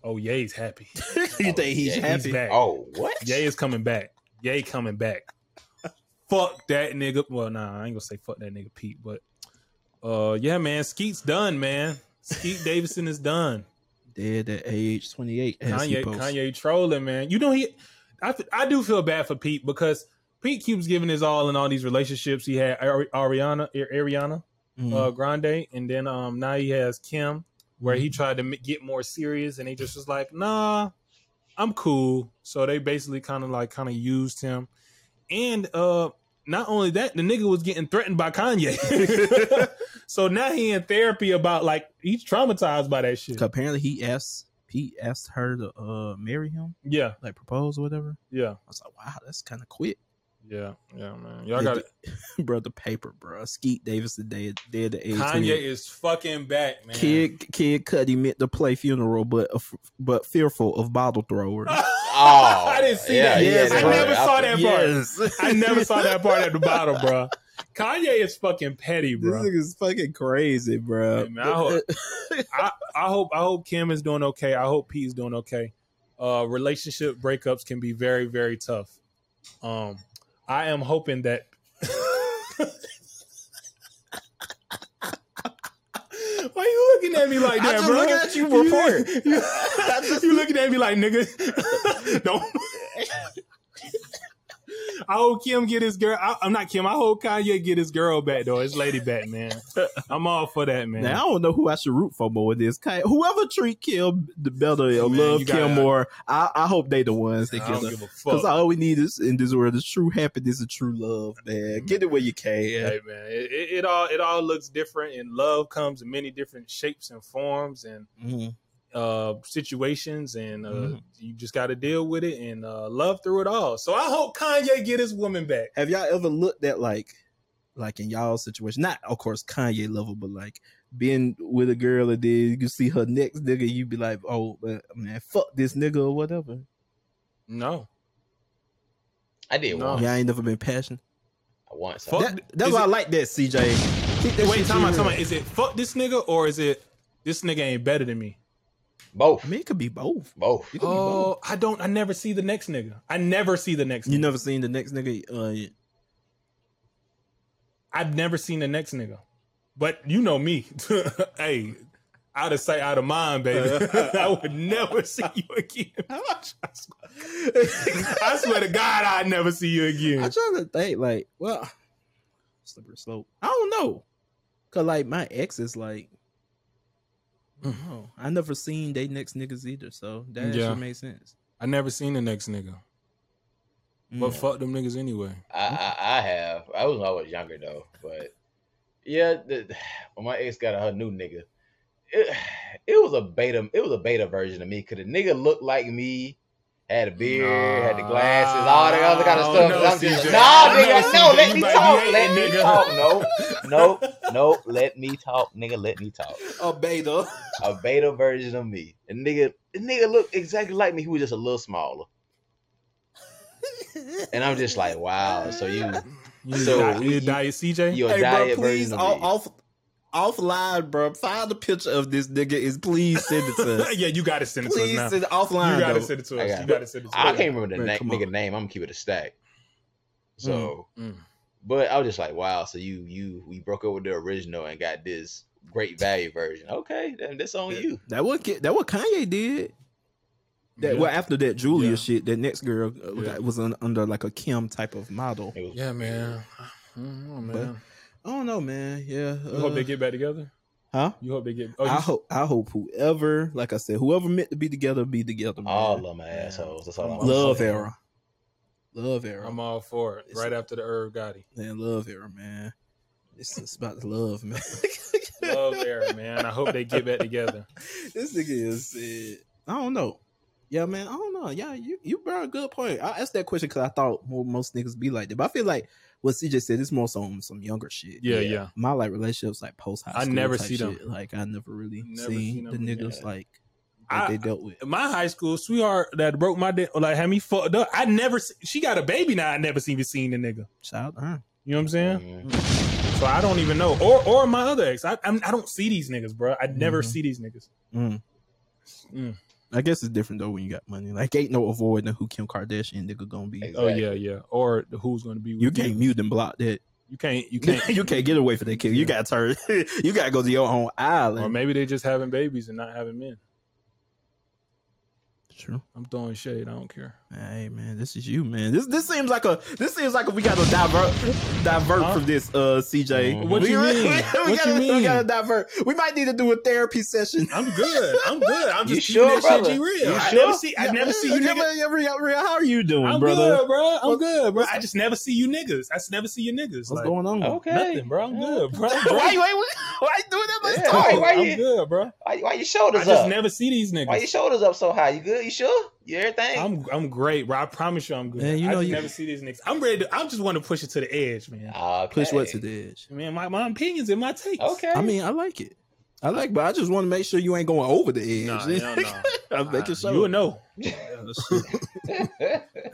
Speaker 2: Oh, Ye's happy.
Speaker 4: [laughs] you think he's
Speaker 2: Ye,
Speaker 4: happy?
Speaker 2: He's back.
Speaker 3: Oh, what?
Speaker 2: Ye is coming back. Ye coming back. fuck that nigga. Well, nah, I ain't gonna say fuck that nigga Pete, but uh, yeah, man, Skeet's done, man. Skeet Davidson is done.
Speaker 4: Dead at age 28. as he
Speaker 2: Kanye,
Speaker 4: posts.
Speaker 2: Kanye trolling, man. You know he, I, f- I do feel bad for Pete because Pete keeps giving his all in all these relationships. He had Ari- Ariana, Ar- Ariana
Speaker 4: Mhm.
Speaker 2: uh, Grande, and then um now he has Kim, where
Speaker 4: Mm-hmm.
Speaker 2: he tried to m- get more serious, and he just was like, nah, I'm cool. So they basically kind of like kind of used him, and uh. Not only that, the nigga was getting threatened by Kanye. [laughs] so now he in therapy about like he's traumatized by that shit.
Speaker 4: apparently he asked Pete asked her to uh marry him,
Speaker 2: Yeah,
Speaker 4: like propose or whatever.
Speaker 2: yeah.
Speaker 4: I was like, wow, that's kind of quick,
Speaker 2: Yeah, yeah, man. Y'all got
Speaker 4: [laughs] bro. The paper, bro. Skeet Davis the dead, dead the age.
Speaker 2: Kanye
Speaker 4: 28.
Speaker 2: is fucking back, man. [laughs]
Speaker 4: Kid, kid, Cudi meant to play funeral, but af- but fearful of bottle
Speaker 2: [laughs]
Speaker 4: throwers.
Speaker 3: Oh,
Speaker 2: I didn't see that.
Speaker 4: yeah,
Speaker 2: I
Speaker 4: bro.
Speaker 2: never saw
Speaker 3: that.
Speaker 2: that part. [laughs] I never saw that part at the bottom, bro. Kanye is fucking petty,
Speaker 4: [laughs] This
Speaker 2: bro.
Speaker 4: nigga's fucking crazy, bro.
Speaker 2: Hey, man, I hope- I, I hope I hope Kim is doing okay. I hope Pete's doing okay. Uh, relationship breakups can be very very tough. Um, I am hoping that. [laughs] Why you looking at me like
Speaker 4: I
Speaker 2: that,
Speaker 4: just
Speaker 2: bro?
Speaker 4: looking at you
Speaker 2: [laughs] You-
Speaker 4: report.
Speaker 2: You, you looking at me like nigga? [laughs] Don't. I hope Kim get his girl. I, I'm not Kim. I hope Kanye get his girl back though. His lady back, man. I'm all for that, man.
Speaker 4: [laughs] Now I don't know who I should root for more. This Ki- whoever treat Kim the better or
Speaker 2: Man,
Speaker 4: love
Speaker 2: you gotta-
Speaker 4: Kim more, I, I hope they the ones that
Speaker 2: I
Speaker 4: get
Speaker 2: don't
Speaker 4: her.
Speaker 2: give a
Speaker 4: Because
Speaker 2: fuck.
Speaker 4: all we need is in this world is true happiness and true love, man. Get it where you can.
Speaker 2: Mm. Hey man, it, it, it all it all looks different, and love comes in many different shapes and forms and
Speaker 4: Mhm.
Speaker 2: uh, situations, and uh,
Speaker 4: Mhm.
Speaker 2: you just got to deal with it and uh, love through it all. So I hope Kanye get his woman back.
Speaker 4: Have y'all ever looked at like, like in y'all situation? Not of course Kanye level, but like being with a girl and then you can see her next nigga, you be like, oh uh, man, fuck this nigga or whatever.
Speaker 2: No,
Speaker 3: I did
Speaker 2: No.
Speaker 3: once.
Speaker 4: Y'all ain't never been passionate.
Speaker 3: I once.
Speaker 2: Fuck.
Speaker 4: That, that's
Speaker 2: Is
Speaker 4: why
Speaker 2: it-
Speaker 4: I like that, CJ. Keep that
Speaker 2: wait,
Speaker 4: shit
Speaker 2: time out,
Speaker 4: real.
Speaker 2: time out. Is it fuck this nigga or is it this nigga ain't better than me?
Speaker 4: I
Speaker 3: Both.
Speaker 4: mean, it could be both.
Speaker 3: Both.
Speaker 4: It could be both.
Speaker 2: Oh, I don't. I never see the next nigga. I never see the next.
Speaker 4: You
Speaker 2: nigga.
Speaker 4: never seen the next nigga? Uh,
Speaker 2: I've never seen the next nigga. But you know me. [laughs] hey, out of sight, out of mind, baby. [laughs] I would never see you again. I swear to God, I'd never see you
Speaker 4: I'm
Speaker 2: again.
Speaker 4: trying to think, like, well, [sighs] slippery slope. I don't know, cause like my ex is like, oh, I never seen they next niggas either, so that actually
Speaker 2: Mm. Yeah.
Speaker 4: makes sense.
Speaker 2: I never seen the next nigga. But
Speaker 4: Mm.
Speaker 2: fuck them niggas anyway.
Speaker 3: I, I I have. I was always younger though, but Yeah, the, [sighs] when my ex got her new nigga, it, [sighs] it was a beta. It was a beta version of me. Cause the nigga looked like me, had a beard, had the glasses, all that other kind of
Speaker 2: Oh,
Speaker 3: stuff.
Speaker 2: no,
Speaker 3: and I'm just,
Speaker 2: CJ.
Speaker 3: nah,
Speaker 2: Oh, no, CJ,
Speaker 3: nigga, no, let
Speaker 2: you
Speaker 3: me
Speaker 2: might be
Speaker 3: talk,
Speaker 2: hating,
Speaker 3: let me
Speaker 2: nigga.
Speaker 3: talk. No,
Speaker 2: [laughs]
Speaker 3: no, no, let me talk, nigga, let me talk.
Speaker 4: A oh, beta. [laughs]
Speaker 3: A beta version of me. And nigga, the nigga looked exactly like me. He was just a little smaller. And I'm just like, wow.
Speaker 2: [laughs]
Speaker 3: So you,
Speaker 2: You
Speaker 3: so
Speaker 2: di- you diet CJ? [laughs]
Speaker 3: Your
Speaker 4: Hey, bro,
Speaker 3: diet
Speaker 4: please
Speaker 3: version of me.
Speaker 4: off, off offline, bro. Find a picture of this nigga. Is please send
Speaker 2: [laughs]
Speaker 4: it to us.
Speaker 2: yeah, you gotta send it to us
Speaker 4: please
Speaker 2: now.
Speaker 4: send it offline.
Speaker 2: you gotta
Speaker 4: though.
Speaker 2: send it to
Speaker 3: I
Speaker 2: us.
Speaker 3: got
Speaker 2: You
Speaker 3: it.
Speaker 2: gotta send it to
Speaker 3: I
Speaker 2: us.
Speaker 3: can't remember the
Speaker 4: Man,
Speaker 3: na-
Speaker 4: come
Speaker 3: nigga name. I'm gonna keep it a stack. So,
Speaker 2: Mm.
Speaker 3: but I was just like, wow. So you you we broke up with the original and got this great value version. Okay, then that's on you.
Speaker 4: That what Ki- that what Kanye did. That
Speaker 2: Yeah.
Speaker 4: well after that Julia
Speaker 2: Yeah.
Speaker 4: shit, that next girl uh,
Speaker 2: Yeah.
Speaker 4: was un, under like a Kim type of model.
Speaker 3: It was,
Speaker 2: Yeah, man. I don't know, man.
Speaker 4: I don't know, man. Yeah,
Speaker 2: You hope
Speaker 4: uh,
Speaker 2: they get back together.
Speaker 4: huh?
Speaker 2: You hope they get. Oh, you,
Speaker 4: I hope I hope whoever, like I said, whoever meant to be together, be together. Man.
Speaker 3: All of my assholes. That's all I'm
Speaker 4: love
Speaker 3: saying.
Speaker 4: era, love era,
Speaker 2: I'm all for it. Right after the Herb Gotti,
Speaker 4: man, love era, man. It's, it's about the love, man.
Speaker 2: [laughs] love era, man. I hope they get back together.
Speaker 4: [laughs] this nigga is. eh, I don't know. Yeah, man. I don't know. Yeah, you you brought a good point. I asked that question because I thought mo- most niggas be like that, but I feel like what CJ said is more some some younger shit.
Speaker 2: [laughs] Yeah, yeah.
Speaker 4: My like relationships like post high.
Speaker 2: I
Speaker 4: school
Speaker 2: never
Speaker 4: type
Speaker 2: see them.
Speaker 4: shit. Like I never really
Speaker 2: Never
Speaker 4: seen
Speaker 2: seen
Speaker 4: the
Speaker 2: them,
Speaker 4: niggas
Speaker 3: yeah.
Speaker 4: like that
Speaker 2: I-
Speaker 4: they dealt with.
Speaker 2: My high school sweetheart that broke my dick, like had me fucked up. I never. se- She got a baby now. I never even seen the nigga.
Speaker 4: Shout out to her.
Speaker 2: You know what I'm saying?
Speaker 3: Mhm.
Speaker 2: So I don't even know. Or or my other ex. I I'm, I don't see these niggas, bro. I never
Speaker 4: Mhm.
Speaker 2: see these niggas.
Speaker 4: Mm.
Speaker 2: Mm.
Speaker 4: I guess it's different though when you got money. Like ain't no avoiding who Kim Kardashian nigga gonna be.
Speaker 3: Exactly.
Speaker 2: Oh yeah, yeah. Or the who's gonna be with
Speaker 4: You can't mute and
Speaker 2: [laughs]
Speaker 4: block that. [laughs]
Speaker 2: You can't. You
Speaker 4: You
Speaker 2: can't.
Speaker 4: [laughs] can't, get away from that kid. You gotta turn. [laughs] you gotta go to your own
Speaker 2: Or
Speaker 4: island.
Speaker 2: maybe they just having babies and not having men.
Speaker 4: True.
Speaker 2: I'm throwing shade. I don't care.
Speaker 4: Hey man, this is you, man. This this seems like a this seems like we gotta divert divert
Speaker 2: Huh? Mm-hmm.
Speaker 4: from this, uh, CJ.
Speaker 3: Mhm.
Speaker 2: What
Speaker 4: we,
Speaker 2: you mean?
Speaker 4: [laughs] We,
Speaker 2: What
Speaker 4: gotta,
Speaker 2: you
Speaker 4: we
Speaker 2: mean?
Speaker 4: gotta divert. We might need to do a therapy session.
Speaker 2: I'm good. I'm good. I'm
Speaker 3: You
Speaker 2: just
Speaker 3: sure,
Speaker 2: keeping that
Speaker 3: brother?
Speaker 2: shit G real.
Speaker 3: You
Speaker 2: I
Speaker 3: sure?
Speaker 2: never see. I never see you
Speaker 4: Yeah,
Speaker 2: niggas.
Speaker 4: man, yeah, real, real. How are you doing,
Speaker 2: I'm
Speaker 4: brother?
Speaker 2: good, bro. I'm good, bro. I just never see you niggas. I just never see you niggas.
Speaker 4: What's
Speaker 2: Like,
Speaker 4: going on?
Speaker 3: Okay.
Speaker 2: Nothing, bro. I'm good, bro. bro.
Speaker 4: why you why, you- why you doing that? Let's
Speaker 3: Yeah,
Speaker 4: talk.
Speaker 3: why- why
Speaker 2: I'm
Speaker 3: you-
Speaker 2: good, bro.
Speaker 3: Why, why your
Speaker 2: I
Speaker 3: shoulders
Speaker 2: just
Speaker 3: up?
Speaker 2: never see these niggas.
Speaker 3: why your shoulders up so high? You good? You sure? You everything?
Speaker 2: I'm I'm great, bro. I promise you, I'm good.
Speaker 4: Man, you
Speaker 2: I
Speaker 4: know
Speaker 2: just
Speaker 4: you-
Speaker 2: never see these niggas. I'm ready. To, I'm just want to push it to the edge, man.
Speaker 3: Okay.
Speaker 4: Push what to the edge?
Speaker 2: Man, my, my opinions and my takes.
Speaker 3: Okay.
Speaker 4: I mean, I like it. I like, but I just want to make sure you ain't going over the edge. [laughs]
Speaker 2: Nah, hell nah.
Speaker 4: I'm making sure.
Speaker 2: You would know.
Speaker 4: Man,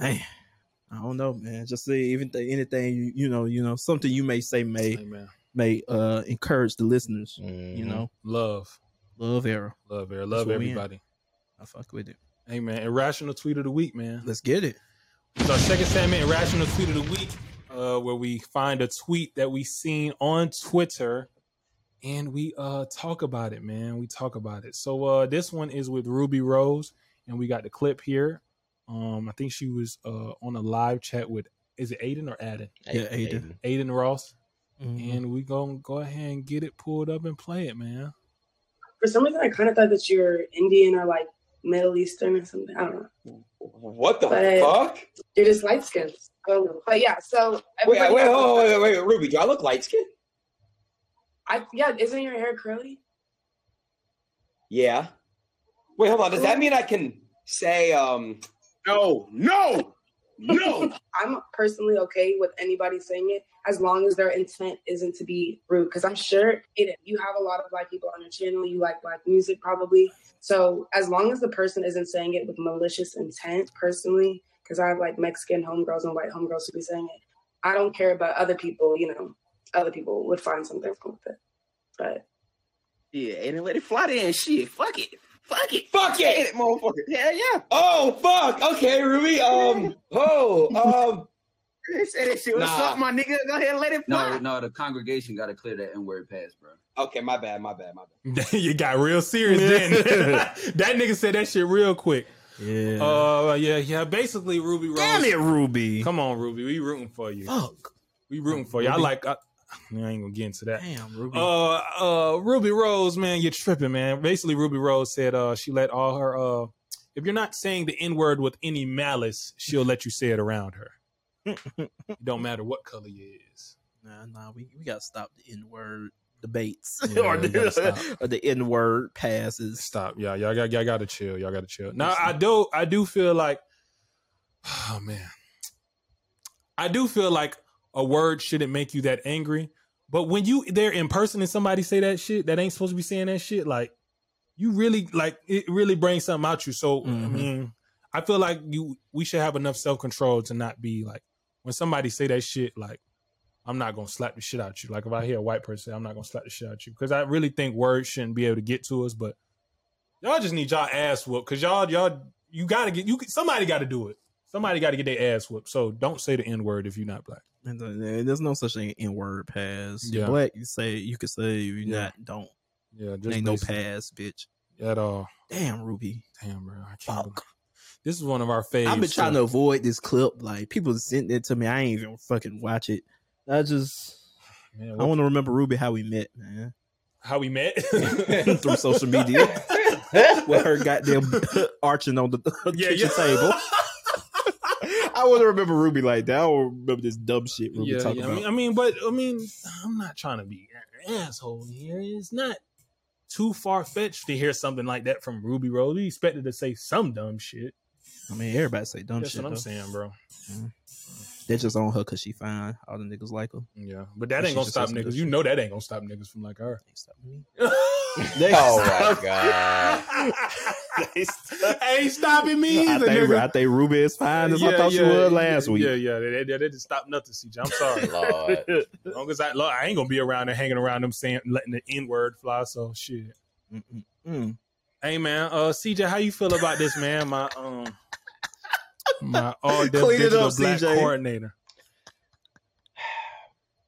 Speaker 4: I don't know, man. Just say even th- anything you you know you know something you may say may
Speaker 2: Amen.
Speaker 4: may uh encourage the listeners. You
Speaker 3: Mhm.
Speaker 4: know,
Speaker 2: Love,
Speaker 4: love era.
Speaker 2: love, air,
Speaker 4: That's
Speaker 2: love
Speaker 4: what we in.
Speaker 2: everybody.
Speaker 4: I fuck with it.
Speaker 2: Hey, man. Irrational tweet of the week, man.
Speaker 4: Let's get it.
Speaker 2: It's our second segment, Irrational Tweet of the Week, uh, where we find a tweet that we seen on Twitter and we uh talk about it, man. We talk about it. So uh this one is with Ruby Rose, and we got the clip here. Um, I think she was uh on a live chat with is it Aiden or Aden?
Speaker 4: Yeah, Aiden.
Speaker 2: Aiden Ross.
Speaker 4: Mhm.
Speaker 2: And we gonna go ahead and get it pulled up and play it, man.
Speaker 11: for some reason I kind of thought that you're Indian or like Middle Eastern or something. I don't know.
Speaker 9: What the
Speaker 11: But-
Speaker 9: fuck?
Speaker 11: You're just light skinned. So, but yeah, so
Speaker 9: Wait,
Speaker 11: everybody-
Speaker 9: wait, oh, wait, wait, wait, Ruby, do I look light skinned?
Speaker 11: I, yeah, isn't your hair curly?
Speaker 9: Yeah. Wait, hold on. Does that mean I can say um
Speaker 8: No,
Speaker 12: Oh,
Speaker 8: no, no.
Speaker 11: I'm personally okay with anybody saying it as long as their intent isn't to be rude. Because I'm sure it, you have a lot of black people on your channel. You like black music probably. So as long as the person isn't saying it with malicious intent, personally, because I have like Mexican homegirls and white homegirls who be saying it. I don't care about other people. You know, other people would find something wrong with it. But
Speaker 9: Yeah, and let it fly there and shit. Fuck it. Fuck it. Fuck it, it motherfucker. Yeah, yeah. Oh fuck. Okay, Ruby. Um oh um say that shit. What's up, my nigga? Go ahead and let it
Speaker 13: No, no, the congregation got to clear that N word pass, bro.
Speaker 9: Okay, my bad, my bad, my bad.
Speaker 2: [laughs] you got real serious then. [laughs] that nigga said that shit real quick.
Speaker 4: Yeah.
Speaker 2: Uh yeah, yeah. Basically Ruby Rose.
Speaker 4: Damn it, Ruby.
Speaker 2: Come on, Ruby. We rooting for you.
Speaker 4: Fuck.
Speaker 2: We rooting for you. I
Speaker 4: Ruby.
Speaker 2: like. I, man, I ain't gonna get into that.
Speaker 4: Damn, Ruby.
Speaker 2: Uh, uh, Ruby Rose, man, you're tripping, man. Basically, Ruby Rose said, uh, she let all her, uh, if you're not saying the N word with any [laughs] malice, she'll let you say it around her. it don't matter what color you is.
Speaker 4: man. Nah, we, we gotta stop the N word debates
Speaker 2: Yeah,
Speaker 4: [laughs] or,
Speaker 2: we gotta
Speaker 4: the,
Speaker 2: stop.
Speaker 4: or the N word passes.
Speaker 2: Stop. Yeah, y'all got y'all got to chill. Y'all got to chill. Now I do I do feel like [sighs] oh man. I do feel like a word shouldn't make you that angry, but when you there in person and somebody say that shit that ain't supposed to be saying that shit like you really like it really brings something out you. So I
Speaker 4: Mhm.
Speaker 2: mean, I feel like you we should have enough self-control to not be like when somebody say that shit like I'm not gonna slap the shit out you. Like if I hear a white person say I'm not gonna slap the shit out you because I really think words shouldn't be able to get to us, but y'all just need y'all ass whooped because y'all y'all you gotta get you somebody gotta do it somebody gotta get their ass whooped so don't say the n-word if you're not black
Speaker 4: And th- there- There's no such thing N word pass. You're
Speaker 2: Yeah.
Speaker 4: black, you say you can say you
Speaker 2: Yeah.
Speaker 4: not don't.
Speaker 2: yeah
Speaker 4: There
Speaker 2: just
Speaker 4: ain't no
Speaker 2: basic-
Speaker 4: pass, bitch.
Speaker 2: at all
Speaker 4: Damn, Ruby.
Speaker 2: damn bro i can't believe- this is one of our faves
Speaker 4: I've been trying to
Speaker 2: too.
Speaker 4: avoid this clip. Like people sent it to me. I ain't even fucking watch it. I just
Speaker 2: Man,
Speaker 4: I
Speaker 2: what-
Speaker 4: want to remember Ruby how we met, [laughs] man.
Speaker 2: how we met
Speaker 4: Through
Speaker 2: [laughs]
Speaker 4: social media. With her goddamn [laughs] arching on the [laughs]
Speaker 2: Yeah,
Speaker 4: kitchen
Speaker 2: yeah.
Speaker 4: table. [laughs] I want to remember Ruby like that. I don't remember this dumb shit Ruby
Speaker 2: yeah,
Speaker 4: talking
Speaker 2: yeah. I,
Speaker 4: about.
Speaker 2: mean, I mean but i mean i'm not trying to be an asshole here it's not too far-fetched to hear something like that from ruby rose we expected to say some dumb shit
Speaker 4: I mean, everybody say dumb
Speaker 2: that's
Speaker 4: shit.
Speaker 2: what i'm
Speaker 4: though.
Speaker 2: saying bro
Speaker 4: They just on her because she fine. All the niggas like her.
Speaker 2: yeah but that
Speaker 4: But
Speaker 2: ain't
Speaker 4: she
Speaker 2: gonna
Speaker 4: just said
Speaker 2: stop
Speaker 4: some good
Speaker 2: niggas you
Speaker 4: shit.
Speaker 2: know that ain't gonna stop niggas from like her [laughs]
Speaker 4: They
Speaker 3: Oh
Speaker 4: stop-
Speaker 3: my god.
Speaker 4: they stop-
Speaker 2: ain't stopping
Speaker 4: [laughs]
Speaker 2: me
Speaker 4: I
Speaker 2: either,
Speaker 4: think,
Speaker 2: nigga.
Speaker 4: I think Ruby is fine as I thought she was last
Speaker 2: yeah,
Speaker 4: week.
Speaker 2: Yeah, yeah, they, they, they didn't stop nothing, CJ. I'm [laughs] sorry.
Speaker 4: [laughs]
Speaker 3: Lord.
Speaker 2: [laughs] As long as I, Lord, I ain't gonna be around and hanging around them saying letting the N word fly. So shit.
Speaker 4: Mm.
Speaker 2: Hey man, uh, CJ, how you feel about this, man? My um, [laughs] my all
Speaker 4: Clean
Speaker 2: deaf
Speaker 4: it
Speaker 2: digital
Speaker 4: up,
Speaker 2: black
Speaker 4: CJ.
Speaker 2: coordinator.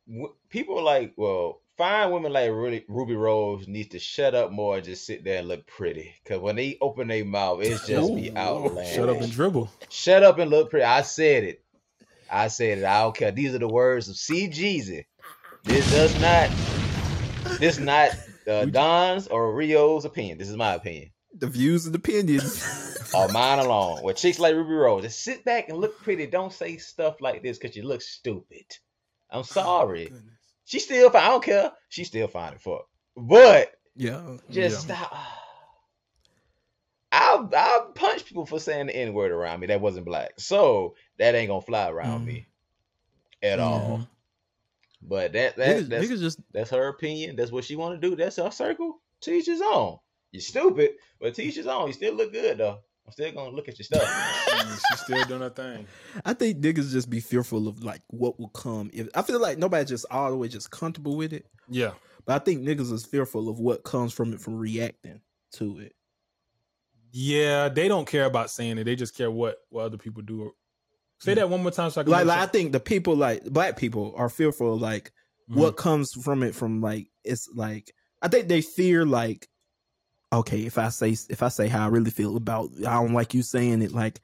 Speaker 3: w- people like well fine women like Ruby, Ruby Rose needs to shut up more and just sit there and look pretty because when they open their mouth it's just be
Speaker 2: Ooh.
Speaker 3: outlandish
Speaker 2: Shut up and
Speaker 4: [laughs]
Speaker 2: dribble.
Speaker 3: shut up and look pretty I said it I said it I don't care these are the words of C Jeezy this does not this not uh, Don's or Rio's opinion this is my opinion
Speaker 4: The views and opinions.
Speaker 3: or mine alone with chicks like Ruby Rose just sit back and look pretty don't say stuff like this because you look stupid I'm sorry She's still fine. I don't care. She's still fine and fuck. But
Speaker 4: yeah.
Speaker 3: just stop. I'll I'll punch people for saying the N word around me that wasn't black. So that ain't gonna fly around me at all. But that that
Speaker 4: Niggas-
Speaker 3: that's,
Speaker 4: niggas just-
Speaker 3: that's her opinion. That's what she want to do. That's her circle. Teach his own. You stupid, but teach his own. You still look good though. I'm still gonna look at your stuff.
Speaker 2: [laughs] She's still doing her thing.
Speaker 4: I think niggas just be fearful of like what will come. If I feel like nobody just all the way just comfortable with it,
Speaker 2: Yeah,
Speaker 4: but I think niggas is fearful of what comes from it from reacting to it.
Speaker 2: yeah. They don't care about saying it. They just care what what other people do. Say that one more time, so I can.
Speaker 4: Like,
Speaker 2: make
Speaker 4: like
Speaker 2: sure-
Speaker 4: I think the people like black people are fearful of like what
Speaker 2: Mm-hmm.
Speaker 4: comes from it from like it's like I think they fear like okay if I say if I say how I really feel about I don't like you saying it like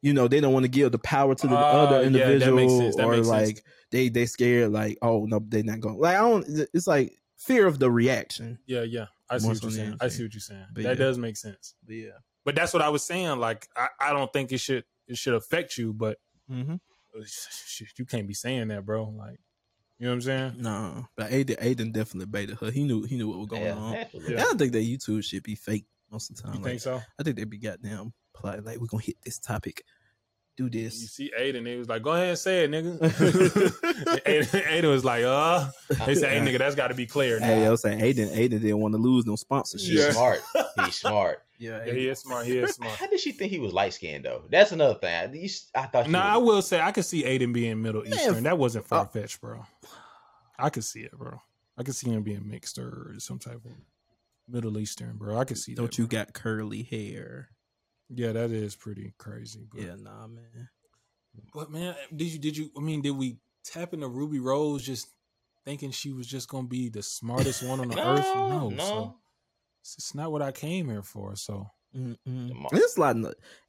Speaker 4: you know they don't want to give the power to the
Speaker 2: Ah,
Speaker 4: other
Speaker 2: yeah, that makes
Speaker 4: individual
Speaker 2: sense, that
Speaker 4: or
Speaker 2: makes sense.
Speaker 4: like they they scared like oh no they're not going like I don't it's like fear of the reaction
Speaker 2: Yeah, Mm-hmm. yeah. I see
Speaker 4: More
Speaker 2: what
Speaker 4: so
Speaker 2: you're
Speaker 4: than
Speaker 2: saying. I
Speaker 4: anything.
Speaker 2: see what you're saying.
Speaker 4: But
Speaker 2: that
Speaker 4: yeah.
Speaker 2: does make sense.
Speaker 4: But yeah
Speaker 2: But that's what I was saying. Like I, I don't think it should it should affect you, but
Speaker 4: mm-hmm.
Speaker 2: uh, shit, you can't be saying that, bro. Like you know what I'm saying?
Speaker 4: no but Aiden Aiden definitely baited her he knew he knew what was going
Speaker 3: Yeah,
Speaker 4: on
Speaker 3: absolutely.
Speaker 4: I don't think that YouTube should be fake most of the time
Speaker 2: You
Speaker 4: like,
Speaker 2: think so?
Speaker 4: I think they be goddamn polite. Like, we're gonna hit this topic, do
Speaker 2: You
Speaker 4: this.
Speaker 2: see Aiden, they was like, "Go ahead and say it,
Speaker 4: [laughs]
Speaker 2: nigga." [laughs] Aiden, Aiden was like, "Uh," they said, "Hey, nigga, that's got to be clear." Now.
Speaker 4: Hey, I was saying Aiden, Aiden didn't want to lose no sponsorship.
Speaker 3: He's smart. He's smart.
Speaker 4: Yeah,
Speaker 2: Yeah, he is smart. He is smart.
Speaker 3: How did she think he was light skinned though? That's another thing. I, you, I thought. she
Speaker 2: Nah, I
Speaker 3: was-
Speaker 2: will say I could see Aiden being Middle Eastern. That wasn't far fetched, bro. I could see it, bro. I could see him being mixed or some type of Middle Eastern, bro. I could see that.
Speaker 4: Don't you got curly hair?
Speaker 2: Yeah, that is pretty crazy. But,
Speaker 4: Yeah, nah, man.
Speaker 2: but man, did you did you? I mean, did we tap into Ruby Rose just thinking she was just gonna be the smartest one on [laughs] the earth? No,
Speaker 3: no.
Speaker 2: so it's, it's not what I came here for. So
Speaker 4: Mm-mm.
Speaker 3: Come on.
Speaker 4: It's like,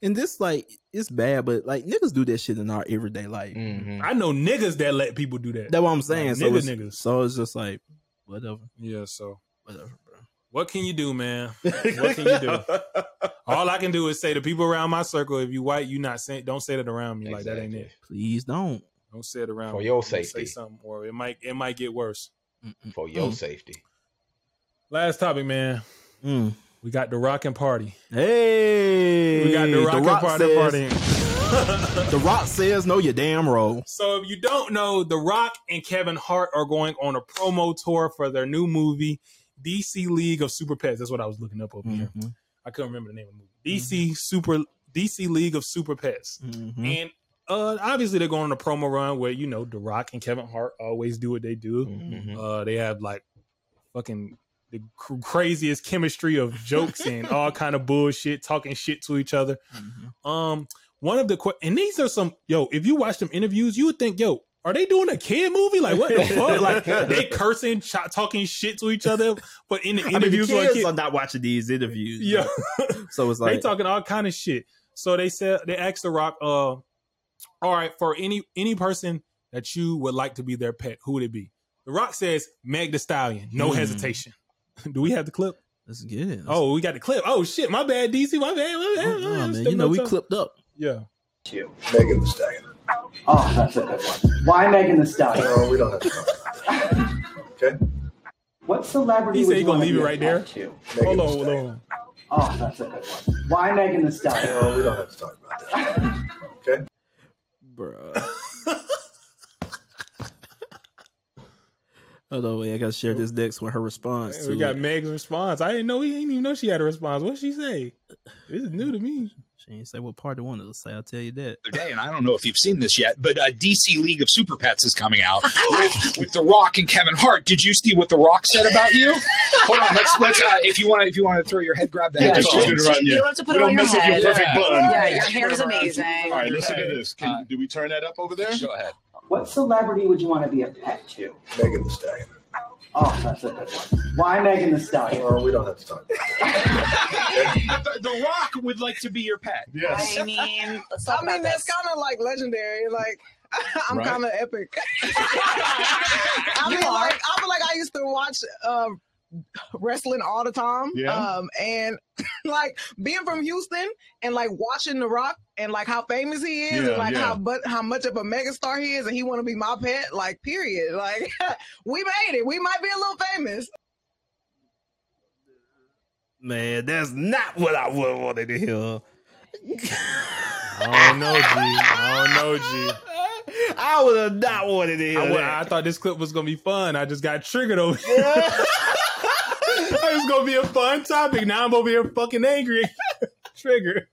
Speaker 4: and this like it's bad, but like niggas do that shit in our everyday life.
Speaker 3: Mhm.
Speaker 2: I know niggas that let people do that.
Speaker 4: That's what I'm saying.
Speaker 2: Like,
Speaker 4: so,
Speaker 2: nigga
Speaker 4: it's,
Speaker 2: niggas.
Speaker 4: so it's just like whatever,
Speaker 2: Yeah. So
Speaker 4: whatever, bro.
Speaker 2: what can you do, [laughs] man? What can you do? All I can do is say to people around my circle, if you white, you not saying don't say that around me. Like that ain't
Speaker 3: Exactly.
Speaker 2: it.
Speaker 4: Please don't.
Speaker 2: Don't say it around
Speaker 3: For
Speaker 2: me.
Speaker 3: your
Speaker 2: Don't Say
Speaker 3: safety.
Speaker 2: something, or it might it might get worse.
Speaker 3: for your
Speaker 2: Mm.
Speaker 3: safety.
Speaker 2: Last topic, man. We got the rock and party.
Speaker 4: Mm. Hey,
Speaker 2: We got the rock and party
Speaker 4: says, the Rock says, "No, your damn roll."
Speaker 2: So if you don't know, The Rock and Kevin Hart are going on a promo tour for their new movie, DC League of Super Pets. That's what I was looking up over here. I couldn't remember the name of the movie. DC Super DC League of Super Pets.
Speaker 4: Mm-hmm.
Speaker 2: And uh, obviously they're going on a promo run where you know The Rock and Kevin Hart always do what they do.
Speaker 4: Mm-hmm.
Speaker 2: Uh, they have like fucking the cr- craziest chemistry of
Speaker 4: [laughs]
Speaker 2: jokes and all kind of bullshit, talking shit to each other.
Speaker 4: Mm-hmm.
Speaker 2: Um, one of the que- and these are some yo. If you watch them interviews, you would think yo. Are they doing a kid movie? Like what the fuck?
Speaker 4: [laughs]
Speaker 2: Like they cursing, ch- talking shit to each other, but in the
Speaker 4: I mean, the
Speaker 2: interviews, like,
Speaker 4: kids
Speaker 2: kid-
Speaker 4: are not watching these interviews.
Speaker 2: Yeah.
Speaker 4: so it's
Speaker 2: they
Speaker 4: like
Speaker 2: talking all kind of shit. So they said they asked the Rock, uh, all right, for any any person that you would like to be their pet, who would it be? The Rock says Meg the Stallion, no
Speaker 4: Hmm.
Speaker 2: hesitation. [laughs] Do we have the clip?
Speaker 4: Let's get it.
Speaker 2: Oh, we got the clip. Oh shit, my bad, DC, my bad. My bad.
Speaker 4: Nah,
Speaker 2: I'm
Speaker 4: man,
Speaker 2: stepping
Speaker 4: you know
Speaker 2: on
Speaker 4: we
Speaker 2: toes.
Speaker 4: clipped up.
Speaker 2: Yeah.
Speaker 12: Megan Thee Stallion. Oh, that's a good one. Why Megan Thee Stallion? No, we don't have to talk about that. Okay? What celebrity
Speaker 2: He
Speaker 12: would
Speaker 2: said he
Speaker 12: you
Speaker 2: gonna
Speaker 12: wanna
Speaker 2: leave
Speaker 12: be
Speaker 2: it
Speaker 12: a
Speaker 2: right
Speaker 12: pet
Speaker 2: there.
Speaker 12: to?
Speaker 2: Hold on, hold on.
Speaker 12: Oh, that's a good one. Why Megan Thee Stallion? No, we don't have to talk about that. Okay?
Speaker 4: bro. Hold on, wait. I gotta share this next one. Her response.
Speaker 2: We
Speaker 4: to
Speaker 2: got
Speaker 4: it.
Speaker 2: Meg's response. I didn't know. He didn't even know she had a response. What she say? This is new to me.
Speaker 4: She ain't say what part of one it'll say. I'll tell you that.
Speaker 14: other day, and I don't know if you've seen this yet, but uh, DC League of Super Pets is coming out [gasps] with, with The Rock and Kevin Hart. Did you see what The Rock said about you? Hold on, let's let's uh, if you want to if you want to throw your head, grab that.
Speaker 15: Yeah,
Speaker 14: headphones.
Speaker 15: just put it around you. You don't have to
Speaker 14: We
Speaker 15: put it
Speaker 14: don't
Speaker 15: on your
Speaker 14: mess with
Speaker 15: head.
Speaker 14: Your perfect
Speaker 15: Yeah.
Speaker 14: button.
Speaker 15: Yeah, your hair is amazing.
Speaker 12: All
Speaker 15: right, listen to this.
Speaker 14: Can, do we turn that up over there? Go ahead.
Speaker 12: What celebrity would you want to be a pet to? Megan Thee Stallion. Oh, that's a good one. Why Megan Thee Stallion? No, we don't have to talk about
Speaker 14: The, the Rock would like to be your pet.
Speaker 16: I mean, I mean that's kind of like legendary. Like, I'm
Speaker 14: Right.
Speaker 16: kind of epic. I mean, like, I feel like I used to watch um, wrestling all the time.
Speaker 17: Yeah.
Speaker 16: Um, and [laughs] like being from Houston and like watching The Rock and like how famous he is
Speaker 17: Yeah,
Speaker 16: and like
Speaker 17: yeah.
Speaker 16: how but how much of a megastar he is and he want to be my pet. Like, period. [laughs] Like, we made it. We might be a little famous.
Speaker 4: Man, that's not what I would wanted to hear.
Speaker 2: I don't know, G. I don't know, G.
Speaker 4: I would have not wanted to hear
Speaker 2: I,
Speaker 4: that.
Speaker 2: thought this clip was gonna be fun. I just got triggered
Speaker 4: [laughs]
Speaker 2: over. here. [laughs] it was gonna be a fun topic. Now I'm over here fucking angry. [laughs]
Speaker 4: [laughs]
Speaker 2: Trigger.